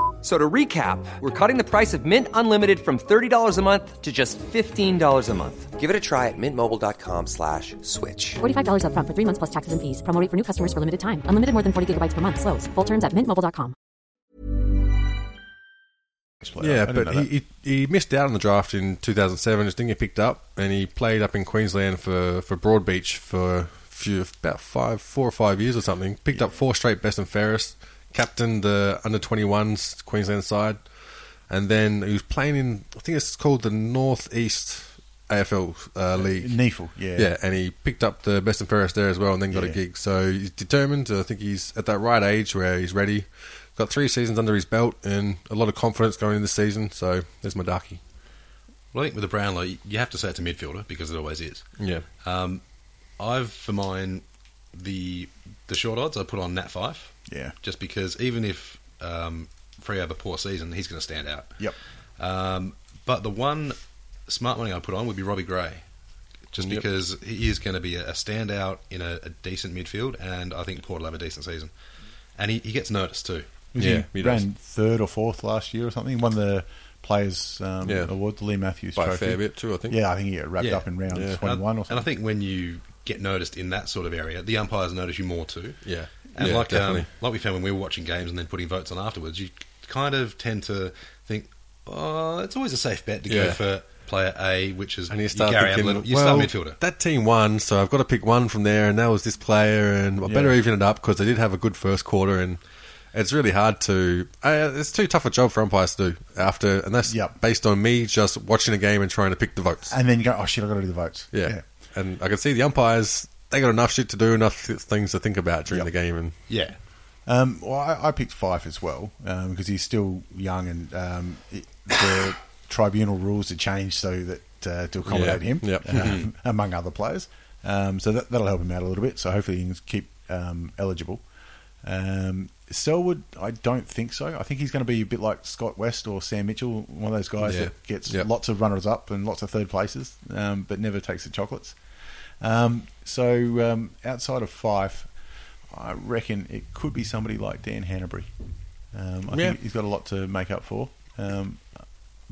So to recap, we're cutting the price of Mint Unlimited from $30 a month to just $15 a month. Give it a try at mintmobile.com slash switch.
$45 upfront for three months plus taxes and fees. Promo rate for new customers for limited time. Unlimited more than 40 gigabytes per month. Slows. Full terms at mintmobile.com.
Yeah,
I didn't
but
know
he, he he missed out on the draft in 2007. Just didn't get picked up, and he played up in Queensland for for Broadbeach for few, about five, four or five years or something. Picked up four straight best and fairest. Captained the under 21s Queensland side, and then he was playing in I think it's called the Northeast AFL uh, league.
Neefle, yeah.
yeah, and he picked up the best and fairest there as well, and then got a
Yeah.
gig. So he's determined. I think he's at that right age where he's ready. Got three seasons under his belt and a lot of confidence going into the season. So there's my darkie.
Well, I think with the Brownlow, you- you have to say it's a midfielder because it always is.
Yeah,
Um, I've for mine the the short odds I put on Nat Five.
Yeah.
Just because even if um, Freo have a poor season, he's going to stand out.
Yep.
Um, but the one smart money I put on would be Robbie Gray, just
Yep.
because he is going to be a, a standout in a, a decent midfield, and I think Port will have a decent season, and he, he gets noticed too.
Was
Yeah,
he
he
ran
does.
third or fourth last year or something. Won the Players um,
Yeah.
Award, the Lee Matthews
by a
Trophy.
fair bit too. I think.
Yeah, I think he got wrapped
Yeah.
up in round
Yeah.
21 or
And I
something.
think when you get noticed in that sort of area, the umpires notice you more too.
yeah,
And
yeah,
like
definitely.
um, like we found when we were watching games and then putting votes on afterwards, you kind of tend to think, oh, it's always a safe bet to go
Yeah.
for player A, which is
and you start
Gary
thinking,
Ablett, you
well,
start midfielder.
that team won, so I've got to pick one from there, and that was this player, and I better
Yeah.
even it up because they did have a good first quarter, and it's really hard to. Uh, it's too tough a job for umpires to do after, and that's
Yep.
based on me just watching a game and trying to pick the votes.
And then you go, oh shit, i got to do the votes.
Yeah. And I can see the umpires, they got enough shit to do, enough th- things to think about during the game. And
yeah.
Um, well, I, I picked Fife as well um, because he's still young and um, it, the tribunal rules had changed so that uh, to accommodate
Yeah,
him,
yep. Mm-hmm.
um, among other players. Um, so that, that'll help him out a little bit. So hopefully he can keep um, eligible. Um, Selwood, I don't think so. I think he's going to be a bit like Scott West or Sam Mitchell, one of those guys
Yeah.
that gets
Yep.
lots of runners up and lots of third places, um, but never takes the chocolates. Um, so um, outside of Fife, I reckon it could be somebody like Dan Hanbury. Um, I
Yeah.
think he's got a lot to make up for. Um,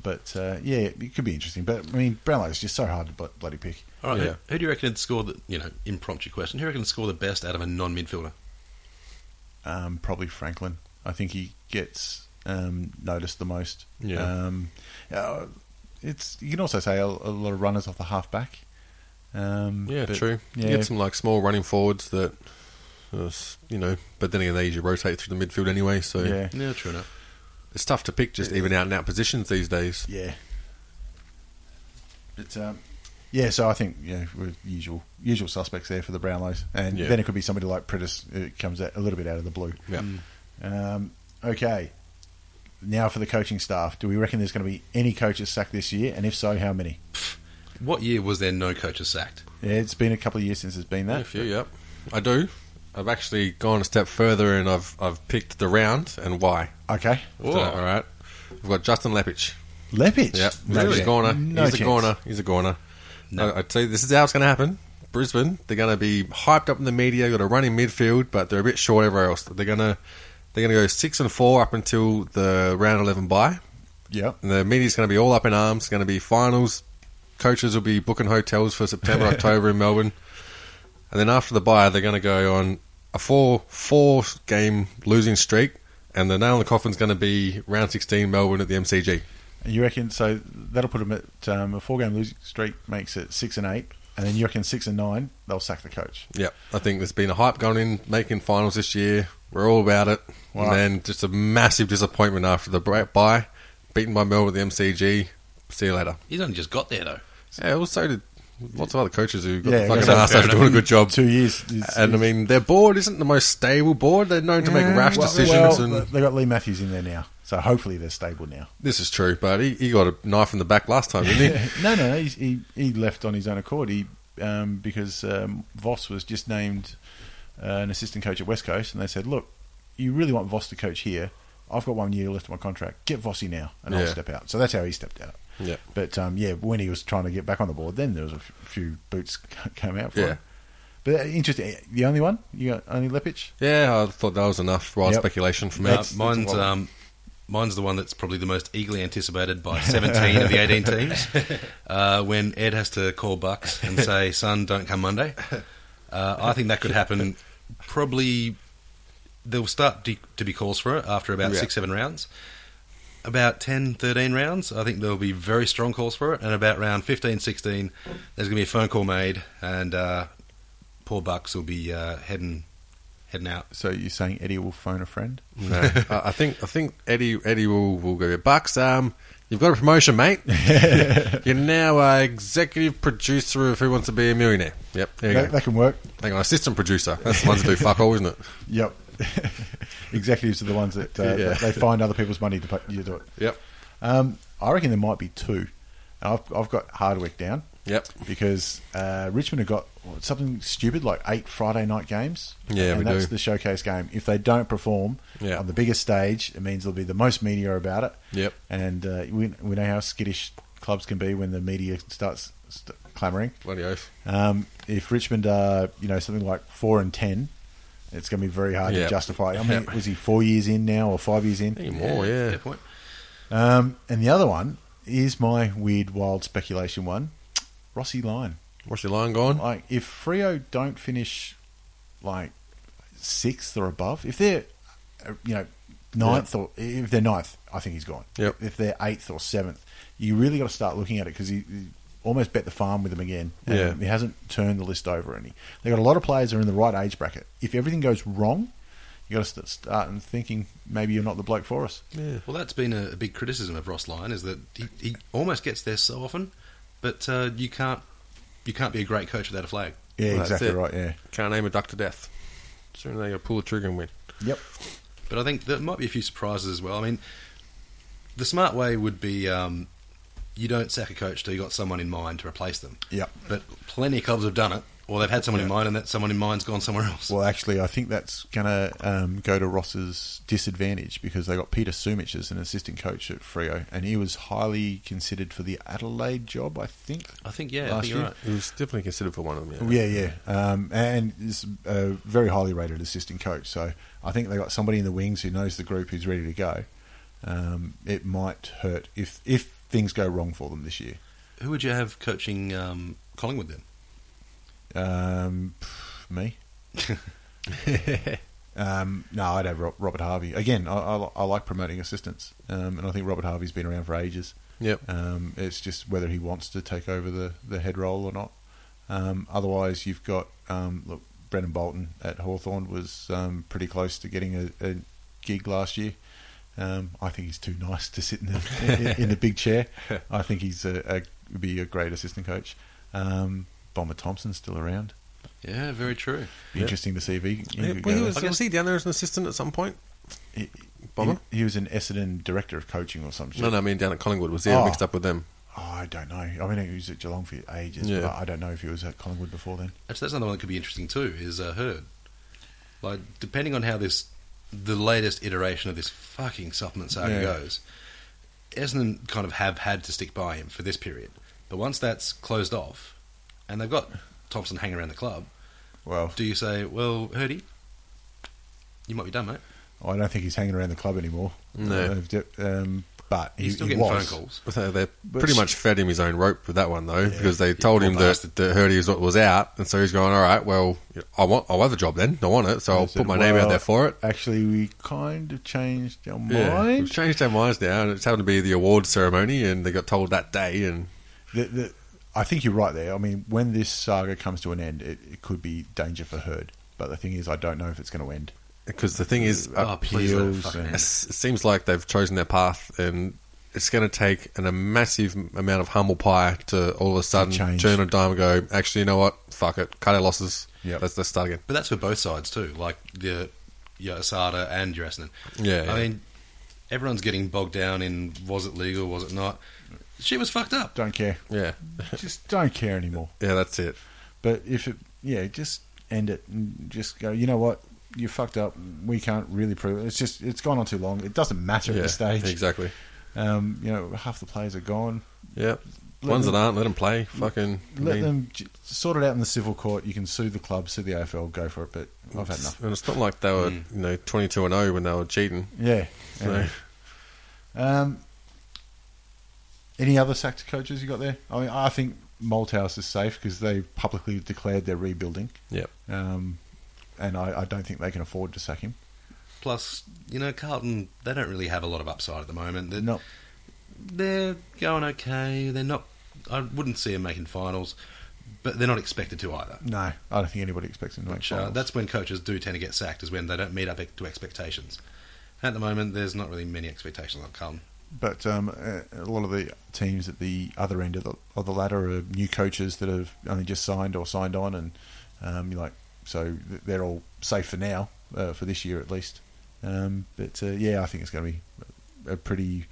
but uh, yeah, it could be interesting. But I mean, Brownlow's just so hard to bl- bloody pick.
All right.
Yeah.
Who, who do you reckon would score the you know impromptu question? Who do you reckon would score the best out of a non midfielder?
Um, probably Franklin. I think he gets um, noticed the most.
Yeah.
Um, uh, it's you can also say a, a lot of runners off the halfback. Um,
yeah,
but-
true.
Yeah,
You get some like small running forwards that, uh, s- you know, but then again, they usually rotate through the midfield anyway. So
yeah,
Yeah, true enough.
it's tough to pick just even out and out positions these days.
yeah. But um, yeah, so I think yeah, we're usual usual suspects there for the Brownlows, and
Yeah.
then it could be somebody like Prittis. It comes out, a little bit out of the blue.
Yeah.
Um, okay. Now for the coaching staff. Do we reckon there's going to be any coaches sacked this year? And if so, how many?
What year was there no coaches sacked?
Yeah, it's been a couple of years since it's been that.
A few, yep. I do. I've actually gone a step further and I've I've picked the round and why.
Okay.
So, all right. We've got Justin Lepich.
Lepich.
Yeah,
No
he's a
chance.
goner.
No
he's
chance.
a goner. He's a goner. No. I'd say this is how it's going to happen. Brisbane, they're going to be hyped up in the media. Got a run in midfield, but they're a bit short everywhere else. They're going to they're going to go six and four up until the round eleven bye.
Yep.
And the media's going to be all up in arms. Going to be finals. Coaches will be booking hotels for September, October in Melbourne. And then after the bye, they're going to go on a four four game losing streak. And the nail in the coffin's going to be round sixteen Melbourne at the MCG.
And you reckon so? That'll put them at um, a four-game losing streak makes it six and eight, and then you reckon six and nine they'll sack the coach.
Yeah, I think there's been a hype going in making finals this year. We're all about it,
Wow.
and then just a massive disappointment after the break bye, beaten by Melbourne at the MCG. See you later.
He's only just got there though.
Yeah, well, so did lots of other coaches who got
Yeah,
the fucking
yeah,
ass
fair
after doing a good job.
Two years, is-
And I
is-
mean, their board isn't the most stable board. They're known to make rash
Well,
decisions,
well,
and
they got Lee Matthews in there now, so hopefully they're stable now.
this is true. But he, he got a knife in the back last time, didn't he?
no, no, he's, he he left on his own accord. He um, because um, Voss was just named uh, an assistant coach at West Coast, and they said, "Look, you really want Voss to coach here. I've got one year left of my contract. Get Vossi now, and I'll
Yeah.
step out. So that's how he stepped out.
Yeah.
But um, yeah, when he was trying to get back on the board, then there was a f- few boots came out for
Yeah.
him. But uh, interesting. The only one you got only Lepic.
Yeah, I thought that was enough wild
Yep.
speculation from
Uh,
out.
That's-
mine's
that's a lot.
um, mine's the one that's probably the most eagerly anticipated by 17 of the 18 teams. Uh, when Ed has to call Bucks and say, "Son, don't come Monday." Uh, I think that could happen. Probably there'll start de- to be calls for it after about
Yeah.
six, seven rounds. About 10, 13 rounds, I think there'll be very strong calls for it. And about round 15, 16, there's going to be a phone call made, and uh, poor Bucks will be uh, heading heading out.
So you're saying Eddie will phone a friend?
No, Uh, I I think I think Eddie Eddie will will go. Bucks, um, you've got a promotion, mate. You're now uh, executive producer of Who Wants to Be a Millionaire. Yep, there you
That,
go.
that can work.
Hang on, assistant producer. That's the ones that do fuck all, isn't it?
Yep. Executives are the ones that uh,
Yeah.
they find other people's money to pay, you do it.
Yep,
Um, I reckon there might be two. I've, I've got Hardwick down.
yep.
because uh, Richmond have got what, something stupid like eight Friday night games.
Yeah,
and
we
that's
do.
the showcase game. If they don't perform
Yeah.
on the biggest stage, it means there'll be the most media about it.
Yep.
and uh, we we know how skittish clubs can be when the media starts st- clamouring.
Bloody oath.
Um, if Richmond are you know something like four and ten. It's going to be very hard
Yeah.
to justify. I mean,
Yeah.
was he four years in now or five years in?
Any more? Yeah.
Fair point.
Um, and the other one is my weird, wild speculation one. Rossi Line.
What's your line gone?
Like if Frio don't finish like sixth or above, if they're uh, you know ninth or if they're ninth, I think he's gone.
Yep.
If they're eighth or seventh, you really got to start looking at it because he, he almost bet the farm with them again. and
Yeah.
He hasn't turned the list over any. They got a lot of players that are in the right age bracket. If everything goes wrong, you got to st- start and thinking maybe you're not the bloke for us.
Well, that's been a, a big criticism of Ross Lyon is that he, he almost gets there so often, but uh, you can't you can't be a great coach without a flag.
Yeah,
Well, that's
exactly
it.
right. Yeah.
Can't aim a duck to death. Soon they pull the trigger and win.
Yep.
But I think there might be a few surprises as well. I mean, the smart way would be um, you don't sack a coach till you got someone in mind to replace them.
Yep.
But plenty of clubs have done it, or they've had someone in mind, and that someone in mind's gone somewhere else.
Well, actually, I think that's going to um, go to Ross's disadvantage because they got Peter Sumich as an assistant coach at Frio, and he was highly considered for the Adelaide job, I think.
I think yeah, I
Last
think you're
year?
right.
He was definitely considered for one of them.
Yeah, yeah. Um, and is a very highly rated assistant coach. So I think they got somebody in the wings who knows the group who's ready to go. Um, it might hurt if, if things go wrong for them this year.
Who would you have coaching um, Collingwood then?
Um, pff, me? um, no, I'd have Ro- Robert Harvey. Again, I, I, li- I like promoting assistants, um, and I think Robert Harvey's been around for ages.
Yep.
Um, it's just whether he wants to take over the, the head role or not. Um, otherwise, you've got um, look, Brendan Bolton at Hawthorn was um, pretty close to getting a, a gig last year. Um, I think he's too nice to sit in the in, the big chair. I think he's a, a would be a great assistant coach. Um, Bomber Thompson's still around.
Yeah, very true.
Be Interesting to see if he,
Yeah,
could
well, he
go
was,
there.
was he down there as an assistant at some point?
He-
Bomber?
He, he was an Essendon director of coaching or something.
No, no, I mean down at Collingwood. Was he
Oh.
mixed up with them?
Oh, I don't know. I mean, he was at Geelong for ages.
Yeah.
But I don't know if he was at Collingwood before then.
Actually, that's another one that could be interesting too. Is uh, Herd. Like, depending on how this, the latest iteration of this fucking supplement saga
Yeah.
goes, Essendon kind of have had to stick by him for this period. But once that's closed off, and they've got Thompson hanging around the club,
Well,
do you say, "Well, Herdy, you might be done, mate"?
I don't think he's hanging around the club anymore.
No.
Uh, um, but he,
He's still
he
getting
was.
phone calls.
So they
But
pretty
sh-
much fed him his own rope with that one though, because they told
poor
him that
bastard.
that Hurdy was, was out, and so he's going, "All right, well, I want, I want the job then. I want it, so
They
I'll
said,
put my name out
"Well,
there for it."
Actually, we kind of changed our
Yeah, we've
mind.
changed our minds now, and it's happened to be the award ceremony, and they got told that day, and
The, the, I think you're right there. I mean, when this saga comes to an end, it, it could be danger for Hurd. But the thing is, I don't know if it's going to end.
because the thing is,
Oh, please, let it
Appeals
fucking
and-
it
end.
s- it seems like they've chosen their path, and it's going to take an, a massive amount of humble pie to all of a sudden
change.
turn a dime and go, actually, you know what? Fuck it, cut our losses.
Yep.
Let's, let's start again.
But that's for both sides too, like the your Asada and your Essendon.
Yeah,
I
yeah.
mean, everyone's getting bogged down in was it legal, was it not? She was fucked up.
Don't care.
Yeah,
Just don't care anymore.
yeah, that's it.
But if it, yeah, just end it and just go. You know what? you fucked up. We can't really prove it. It's just it's gone on too long. It doesn't matter at
Yeah,
this stage.
exactly.
Um, you know, half the players are gone.
Yeah.
Let
Ones
them-
that aren't, let them play. Fucking. I
Let
mean,
them j- sort it out in the civil court. You can sue the club, sue the AFL, go for it. But I've had enough.
And it's not like they were,
Mm.
you know, 22 and 0 when they were cheating.
Yeah.
So,
yeah. Um, any other sacked coaches you got there? I mean, I think Malthouse is safe because they publicly declared they're rebuilding,
yeah.
um, and I, I don't think they can afford to sack him.
Plus, you know, Carlton, they don't really have a lot of upside at the moment. They're,
No.
they're going okay. They're not. I wouldn't see them making finals, but they're not expected to either.
No, I don't think anybody expects him to make
Which, uh,
finals.
that's when coaches do tend to get sacked, is when they don't meet up to expectations. At the moment, there's not really many expectations on Carlton.
But um, a a lot of the teams at the other end of the, of the ladder are new coaches that have only just signed or signed on, and um, you're like so th- they're all safe for now, uh, for this year at least. Um, but uh, yeah, I think it's going to be a pretty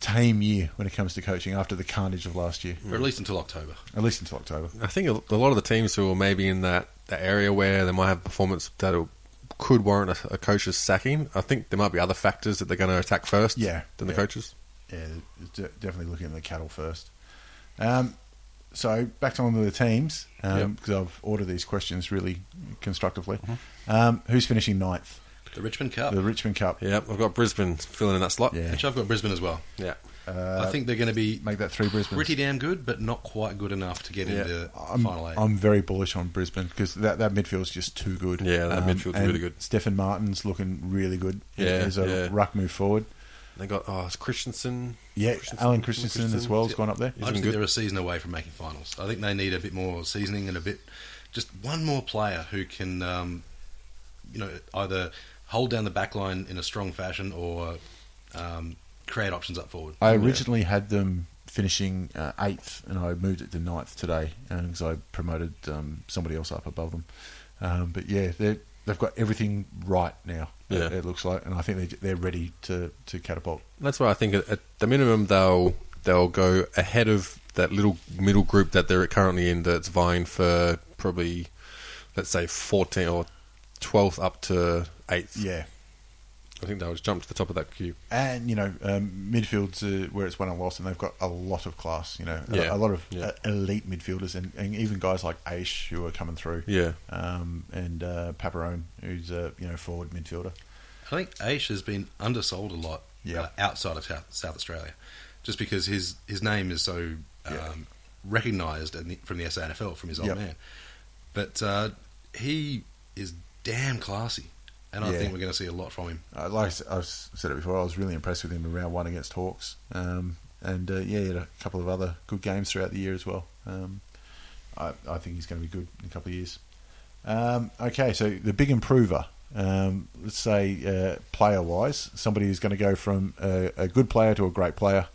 tame year when it comes to coaching after the carnage of last year,
Or at least until October.
at least until October.
I think a- a lot of the teams who are maybe in that, that area where they might have performance that could warrant a, a coach's sacking, I think there might be other factors that they're going to attack first
Yeah,
than the
yeah.
coaches.
Yeah, it's de- definitely looking at the cattle first. Um, so back to one of the teams um, because
Yep.
I've ordered these questions really constructively.
Mm-hmm.
Um, who's finishing ninth?
The Richmond
Uh,
Cup,
The Richmond Cup.
Yeah, I've got Brisbane filling in that slot.
Yeah.
which I've got Brisbane as well.
Yeah.
I think they're going to be
Uh, Make that three Brisbane.
pretty damn good, but not quite good enough to get
Yeah.
into
I'm,
final 8
I'm very bullish on Brisbane because that, that midfield's just too good. Um,
Yeah, that midfield's
and
really good.
Stefan Martin's looking really good
Yeah,
as a
yeah.
ruck move forward.
They got, oh, it's Christensen.
Yeah,
Christensen,
Alan Christensen, as well has gone up there.
Isn't
I just
good.
think they're a season away from making finals. I think they need a bit more seasoning and a bit, just one more player who can, um, you know, either hold down the back line in a strong fashion or um, create options up forward.
I originally had them finishing uh, eighth, and I moved it to ninth today because I promoted um, somebody else up above them. Um, but yeah, they they've got everything right now.
Yeah.
It, it looks like, and I think they they're ready to to catapult.
That's why I think at, at the minimum they'll they'll go ahead of that little middle group that they're currently in that's vying for probably let's say 14 or 12th up to 8th.
Yeah,
I think they'll jump to the top of that queue.
and you know um, midfield's uh, where it's won and lost, and they've got a lot of class. You know, a,
Yeah.
a lot of
Yeah.
uh, elite midfielders, and, and even guys like Aish who are coming through.
Yeah.
um, and uh, Paparone who's a you know forward midfielder.
I think Aish has been undersold a lot
Yeah.
uh, outside of South, South Australia, just because his his name is so um,
Yeah.
recognised in the- from the SANFL from his old
Yep.
man. But uh, he is damn classy, and I
Yeah.
think we're going to see a lot from him.
Uh, like I s- I've s- said it before, I was really impressed with him in round one against Hawks, um, and uh, yeah, he had a couple of other good games throughout the year as well. Um, I, I think he's going to be good in a couple of years. Um, okay, so the big improver, um, let's say uh, player wise, somebody who's going to go from a, a good player to a great player,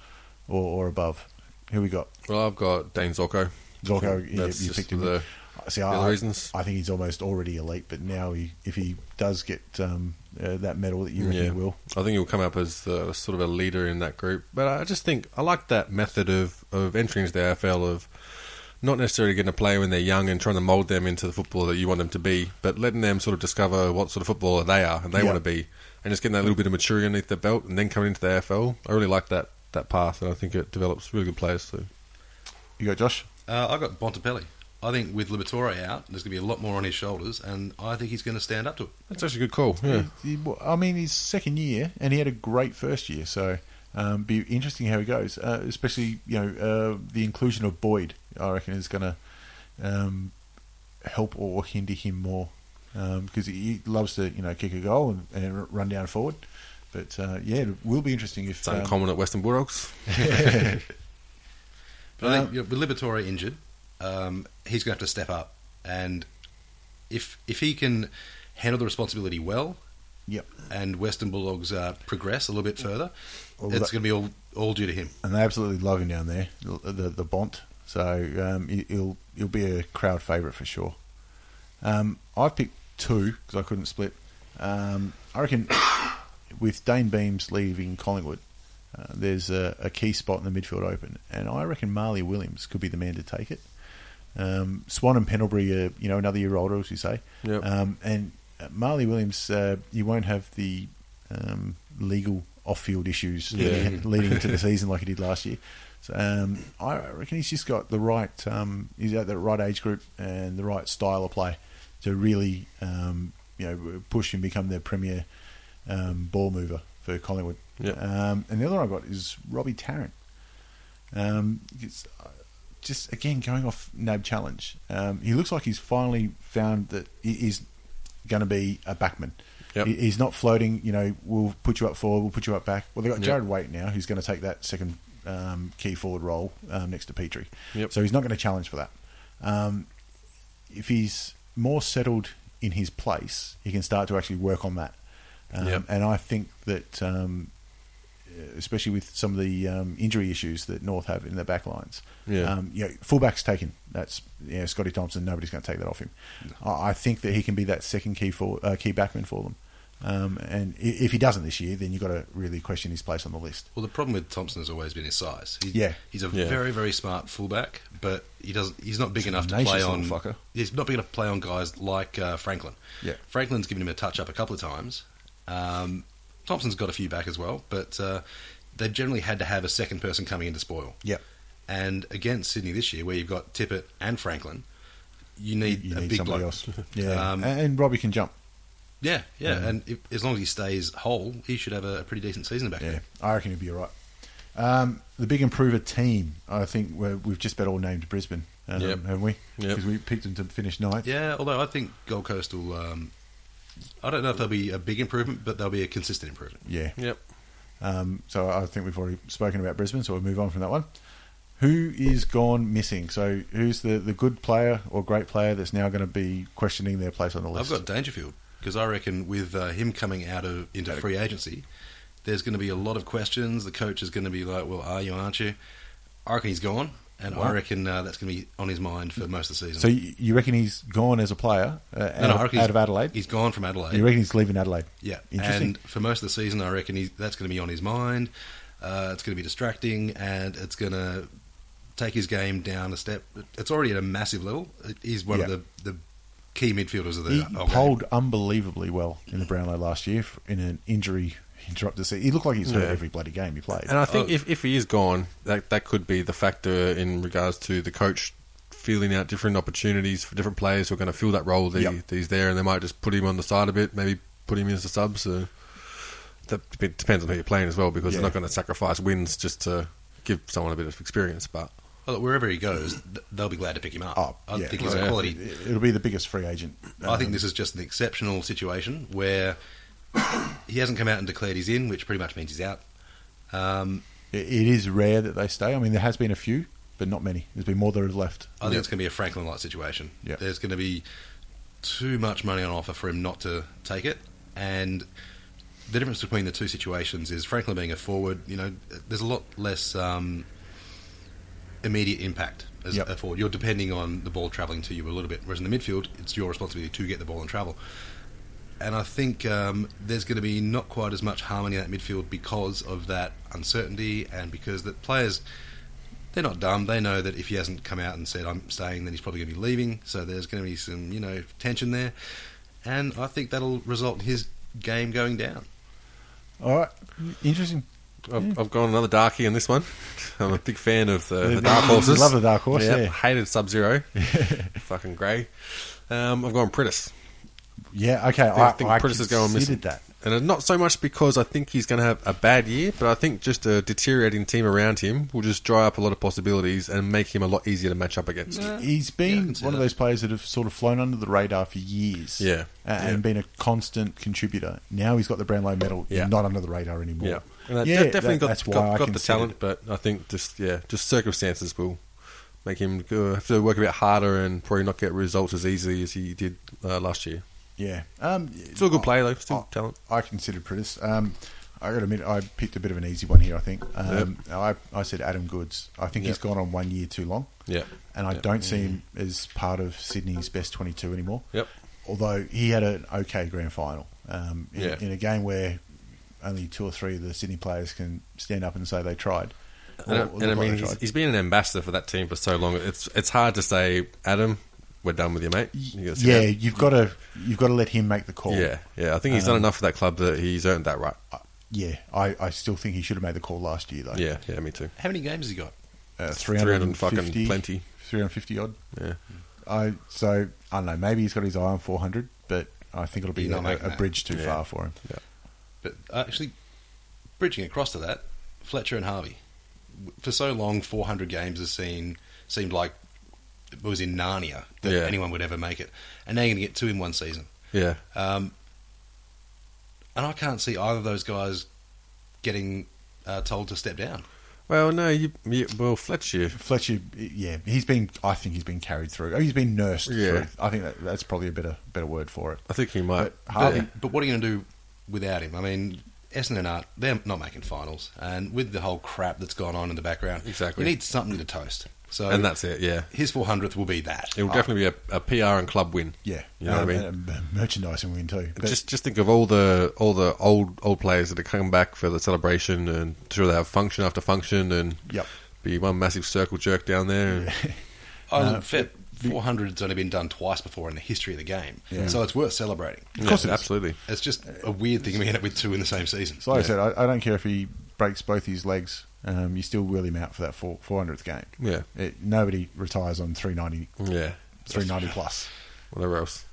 or, or above. Who we got?
Well, I've got Dane Zorko.
Zorko. You,
That's
you
just
picked him.
the-
See,
the
I,
reasons.
I think he's almost already elite, but now he, if he does get um, uh, that medal that you reckon
Yeah.
he will,
I think he'll come up as uh, sort of a leader in that group. But I just think I like that method of, of entering into the AFL of not necessarily getting to play when they're young and trying to mould them into the footballer that you want them to be, but letting them sort of discover what sort of footballer they are and they
Yeah.
want to be, and just getting that little bit of maturity underneath their belt and then coming into the AFL. I really like that that path, and I think it develops really good players too.
You got Josh?
Uh, I got Bontempelli. I think with Liberatore out, there's going to be a lot more on his shoulders, and I think he's going to stand up to it.
That's actually a good call. Yeah,
He- he- I mean, his second year, and he had a great first year, so um, be interesting how he goes. Uh, especially, you know, uh, the inclusion of Boyd, I reckon, is going to um, help or hinder him more because he he loves to, you know, kick a goal and, and run down forward. But uh, yeah, it will be interesting if um,
it's uncommon at Western Bulldogs.
But
Uh-huh.
I think you know, with Liberatore injured, um, he's going to have to step up, and if if he can handle the responsibility well,
Yep.
and Western Bulldogs uh, progress a little bit further,
Well,
it's
that-
going to be all all due to him.
and they absolutely love him down there, the the, the Bont. So um, he- he'll he'll be a crowd favourite for sure. Um, I picked two because I couldn't split. Um, I reckon with Dane Beams leaving Collingwood, uh, there's a, a key spot in the midfield open, and I reckon Marley Williams could be the man to take it. Um, Swan and Pendlebury are you know another year older, as you say,
Yep.
um, and Marley Williams, uh, you won't have the um, legal off-field issues leading into the season like he did last year. So um, I reckon he's just got the right. Um, he's at the right age group and the right style of play to really, um, you know, push and become their premier um, ball mover for Collingwood.
Yep.
Um, and the other one I got is Robbie Tarrant. Um, it's, uh, just again going off NAB challenge. Um, he looks like he's finally found that he- he's going to be a backman.
Yep.
He- He's not floating. You know, we'll put you up forward, we'll put you up back. Well, they got
Yep.
Jared Waite now, who's going to take that second um, key forward role um, next to Petrie.
Yep.
So he's not going to challenge for that. Um, if he's more settled in his place, he can start to actually work on that. Um,
Yep.
And I think that um, especially with some of the um, injury issues that North have in their back lines.
Yeah.
Um, you know, fullback's taken. That's you know, Scotty Thompson. Nobody's going to take that off him. I, I think that he can be that second key for uh, key backman for them. Um, and i- if he doesn't this year, then you've got to really question his place on the list.
Well, the problem with Thompson has always been his size. He,
Yeah.
he's a
Yeah.
very, very smart fullback, but he doesn't. He's not big
He's a
enough to
tenacious
play
little
on.
fucker.
He's not big enough to play on guys like uh, Franklin.
Yeah.
Franklin's given him a touch up a couple of times. Um, Thompson's got a few back as well, but uh, they've generally had to have a second person coming in to spoil.
Yep.
And against Sydney this year, where you've got Tippett and Franklin, you need
You
a
need
big
somebody
bloke.
else. Yeah.
Um,
and, and Robbie can jump.
yeah, yeah, and if, as long as he stays whole, he should have a, a pretty decent season back
Yeah.
there.
I reckon he'd be all right. Um, the big improver team, I think we're, we've just about all named Brisbane, um,
Yep.
haven't we?
Yep.
Because we picked them to finish ninth.
Yeah, although I think Gold Coast will. Um, I don't know if they'll be a big improvement, but they'll be a consistent improvement.
Yeah.
Yep.
Um, so I think we've already spoken about Brisbane, so we'll move on from that one. Who is gone missing? So who's the, the good player or great player that's now going to be questioning their place on the
I've
list?
got Dangerfield because I reckon with uh, him coming out of into free agency, there's going to be a lot of questions. The coach is going to be like, "Well, are you? Aren't you?" I reckon he's gone, and I
What?
reckon uh, that's going to be on his mind for most of the season.
so you, you reckon he's gone as a player uh, out,
No, no, I
of,
reckon
out
he's-
of Adelaide?
he's gone from Adelaide.
you reckon he's leaving Adelaide?
Yeah,
Interesting.
and for most of the season, I reckon he's, that's going to be on his mind. Uh, it's going to be distracting, and it's going to take his game down a step. It's already at a massive level. He's one
Yeah.
of the, the key midfielders of the
he
whole game.
polled unbelievably well in the Brownlow last year f- in an injury interrupted season. He looked like he's hurt
Yeah.
every bloody game he played.
And I think if, if he is gone, that that could be the factor in regards to the coach feeling out different opportunities for different players who are going to fill that role that, he,
Yep.
that he's there, and they might just put him on the side a bit, maybe put him in as a sub. So that dep- depends on who you're playing as well, because
Yeah.
they're not going to sacrifice wins just to give someone a bit of experience. But
Well, wherever he goes, th- they'll be glad to pick him up.
Oh,
I
yeah. Um,
think he's
Oh,
a
yeah.
quality.
It- It'll be the biggest free agent.
I think this is just an exceptional situation where he hasn't come out and declared he's in, which pretty much means he's out. Um,
It it is rare that they stay. I mean, there has been a few, but not many. There's been more that have left.
I think it's going to be a Franklin like situation.
Yeah.
There's going to be too much money on offer for him not to take it. And the difference between the two situations is Franklin being a forward, you know, there's a lot less um, immediate impact as
Yep.
a forward. You're depending on the ball travelling to you a little bit. Whereas in the midfield, it's your responsibility to get the ball and travel. And I think um, there's going to be not quite as much harmony in that midfield because of that uncertainty and because the players they're not dumb. They know that if he hasn't come out and said I'm staying, then he's probably going to be leaving. So there's going to be some, you know, tension there, and I think that'll result in his game going down.
All right, interesting.
I've, I've gone another darkie on this one. I'm a big fan of the,
Yeah,
the dark
you
horses.
love the dark horse, yeah.
Hated Sub Zero. Fucking grey. Um, I've gone Prentice.
Yeah, okay.
I
I,
think
I
Prentice is going missing.
considered that.
And not so much because I think he's going to have a bad year, but I think just a deteriorating team around him will just dry up a lot of possibilities and make him a lot easier to match up against.
He's
Yeah, I
been
can see
one of
that.
those players that have sort of flown under the radar for years.
Yeah,
a- And,
yeah.
been a constant contributor. Now he's got the Brownlow medal,
Yeah.
not under the radar anymore.
Yeah, and that,
Yeah,
that definitely
that-
got,
that's why I
got, got the
considered
talent,
it.
but I think just yeah, just circumstances will make him go, have to work a bit harder and probably not get results as easily as he did uh, last year.
Yeah. Um,
Still a good player though,
Oh.
still talent.
I considered Pritis. Um, I got to admit, I picked a bit of an easy one here. I think um, I, I said Adam Goods. I think he's
Yep.
gone on one year too long.
Yep.
and I
Yep. Mm.
don't see him as part of Sydney's best twenty-two anymore.
Yep.
Although he had an okay grand final um, in,
Yeah.
in a game where only two or three of the Sydney players can stand up and say they tried.
And, I-
Or- or
and I
Oh, look like
mean,
they
he's,
tried.
he's been an ambassador for that team for so long. It's it's hard to say, Adam, we're done with you, mate. You gotta sit
yeah,
down.
you've got to you've got to let him make the call.
yeah, yeah. I think he's done
Um,
enough for that club that he's earned that right.
yeah. I, I still think he should have made the call last year though.
Yeah, yeah. Me too.
How many games has he got?
uh,
300 fucking
350,
plenty.
350 odd.
Yeah.
I so I don't know. Maybe he's got his eye on 400, but I think it'll be
He's not
a,
making
a
that.
bridge too
Yeah.
far for him.
But uh, actually, bridging across to that, Fletcher and Harvey. For so long, 400 games has seen seemed like it was in Narnia that
Yeah.
anyone would ever make it, and now you're going to get two in one season.
Yeah,
Um, and I can't see either of those guys getting uh, told to step down.
Well, no, you, you well Fletcher.
Fletcher, yeah, he's been. I think he's been carried through. Oh, He's been nursed.
Yeah.
through. I think that, that's probably a better better word for it.
I think he might.
But Harvey,
But, but what are you going to do without him? I mean, Essendon aren't, they're not making finals. And with the whole crap that's gone on in the background,
Exactly.
you need something to toast.
Uh,
So
and that's it. Yeah,
His 400th will be that.
it will definitely be a, a PR and club win.
yeah,
you know what I mean.
And a merchandising win too. But
just just think of all the all the old old players that have come back for the celebration and sure they have function after function and
Yep.
be one massive circle jerk down there. And,
Oh,
Uh,
look, fair- 400's only been done twice before in the history of the game. So it's worth celebrating.
Yeah, absolutely.
It's just a weird thing we end up with two in the same season.
so like I said, I, I don't care if he breaks both his legs. Um, you still wheel him out for that four hundredth game.
Yeah.
It, nobody retires on 390,
Yeah,
390 plus.
whatever else,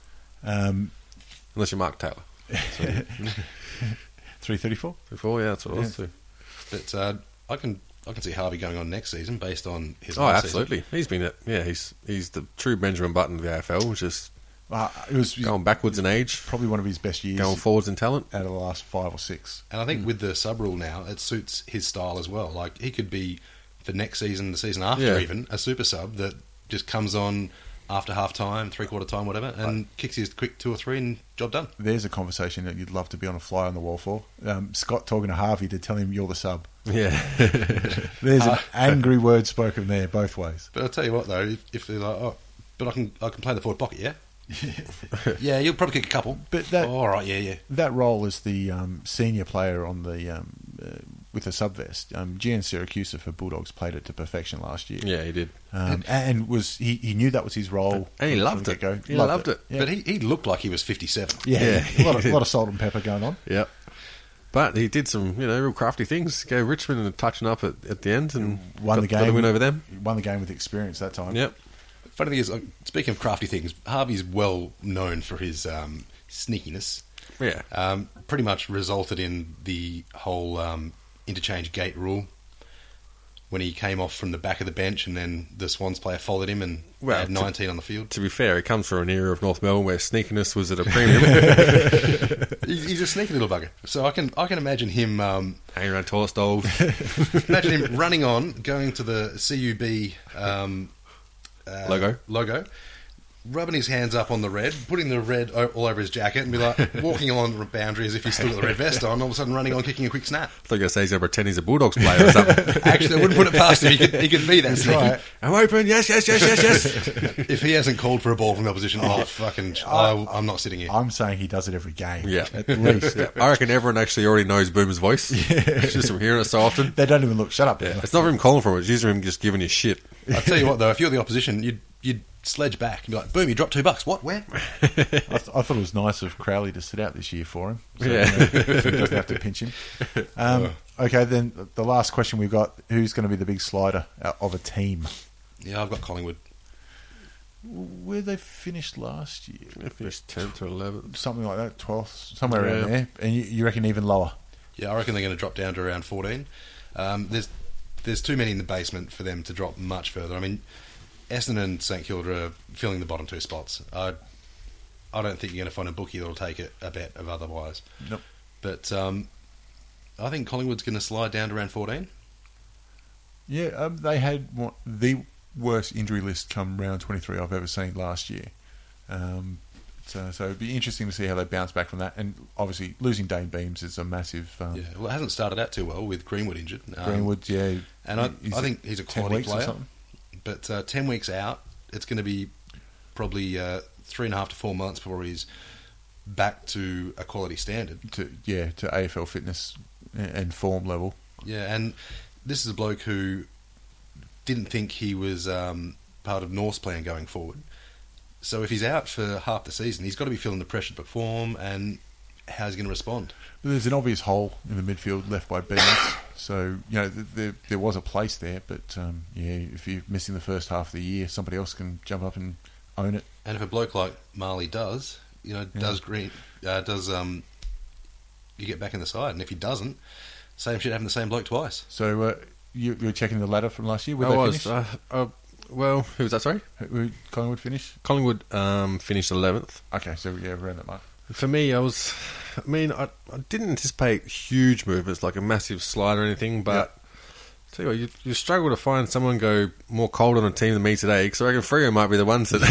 Um,
unless you're Mark Taylor.
three thirty four.
Before, yeah, that's what I was too.
But uh, I can I can see Harvey going on next season based on his.
Oh,
last
absolutely. He's been a, yeah, he's he's the true Benjamin Button of the AFL, just
Uh, it was
going backwards in age,
probably one of his best years
going forwards in talent.
out of the last five or six.
And I
Mm.
think with the sub rule now, it suits his style as well. Like he could be for next season, the season after,
Yeah.
even a super sub that just comes on after half time, three quarter time, whatever, and kicks his quick two or three and job done.
There's a conversation that you'd love to be on a fly on the wall for. Um, Scott talking to Harvey to tell him you're the sub.
Yeah,
There's
Uh,
an angry word spoken there both ways.
But I'll tell you what though, if, if they're like, oh, but I can I can play the forward pocket, yeah. yeah, you'll probably kick a couple.
But that-
all right, yeah, yeah.
That role is the um, senior player on the um, uh, with a sub vest. Um, Gian Syracuse for Bulldogs played it to perfection last year.
yeah, he did.
Um, and was he, he knew that was his role.
And he
from
loved
the
it.
get-go.
He loved it.
Yeah.
But he, he looked like he was fifty-seven.
yeah,
Yeah.
a lot, of, lot of salt and pepper going on.
Yep. But he did some, you know, real crafty things. Gave Richmond and touching up at, at the end and
Won
got,
the
got
game.
win over them.
Won the game with experience that time.
Yep.
Funny thing is, like, speaking of crafty things, Harvey's well known for his um, sneakiness.
Yeah.
Um, pretty much resulted in the whole um, interchange gate rule when he came off from the back of the bench and then the Swans player followed him and they
Well,
had
to-
19 on the field.
To be fair, he comes from an era of North Melbourne where sneakiness was at a premium.
He's he's a sneaky little bugger. So I can I can imagine him um,
Hanging around tall stalls.
imagine him running on, going to the CUB um, uh,
Logo.
logo, rubbing his hands up on the red, putting the red o- all over his jacket, and be like walking along the boundary as if he's still got the red vest on. All of a sudden, running on, kicking a quick snap.
I thought you were going to say he's going to pretend he's a Bulldogs player or something.
Actually, I wouldn't put it past him. He could, he could be that sneaky.
I'm open. Yes, yes, yes, yes, yes.
If he hasn't called for a ball from the opposition, oh fucking, I, I'm not sitting here.
I'm saying he does it every game.
Yeah.
At least.
I reckon everyone actually already knows Boomer's voice. It's just from hearing it so often.
They don't even look. Shut up.
It's not from him calling for it. It's usually him just giving you shit.
I tell you what, though, if you're the opposition, you'd you'd sledge back and be like, "Boom! You dropped two bucks. What? Where?"
I, th- I thought it was nice of Crowley to sit out this year for him. So,
Yeah.
you know, so he doesn't have to pinch him. Um, okay, then the last question we've got who's going to be the big slider uh, of a team?
Yeah, I've got Collingwood.
Where they finished last year?
Finished 10th or 11th.
Something like that, 12th, somewhere
Yeah.
around there. And you, you reckon even lower?
Yeah, I reckon they're going to drop down to around 14. Um, there's there's too many in the basement for them to drop much further. I mean, Essendon and St Kilda are filling the bottom two spots. I I don't think you're going to find a bookie that'll take it a bet of otherwise.
Nope.
But um, I think Collingwood's going to slide down to around 14.
Yeah, um, they had one, the worst injury list come round 23 I've ever seen last year. Um, so, so it'd be interesting to see how they bounce back from that. And obviously, losing Dane Beams is a massive. Um,
Yeah, well, it hasn't started out too well with Greenwood injured. Um,
Greenwood, yeah.
and I,
Is
I
it
think he's a
10
quality
weeks or
player.
something?
But uh, 10 weeks out, it's going to be probably uh, three and a half to four months before he's back to a quality standard.
To, yeah, to AFL fitness a- and form level.
Yeah, and this is a bloke who didn't think he was um, part of Norse plan going forward. So if he's out for half the season, he's got to be feeling the pressure to perform and how he's going to respond.
But there's an obvious hole in the midfield left by Beans. so, you know, th- there, there was a place there, but um, yeah, if you're missing the first half of the year, somebody else can jump up and own it.
And if a bloke like Marley does, you know,
Yeah.
does green, uh, does um, you get back in the side, and if he doesn't, same shit happened to the same bloke twice.
So uh, you, you were checking the ladder from last year. Where
I
they
was.
finished?
Uh, uh, well, who was that? Sorry,
Where Uh, Collingwood finish?
Collingwood um, finished eleventh.
Okay, so yeah, around that mark.
For me, I was. I mean, I, I didn't anticipate huge movements like a massive slide or anything, but tell you what, you, you struggle to find someone go more cold on a team than me today because I reckon Freo might be the ones that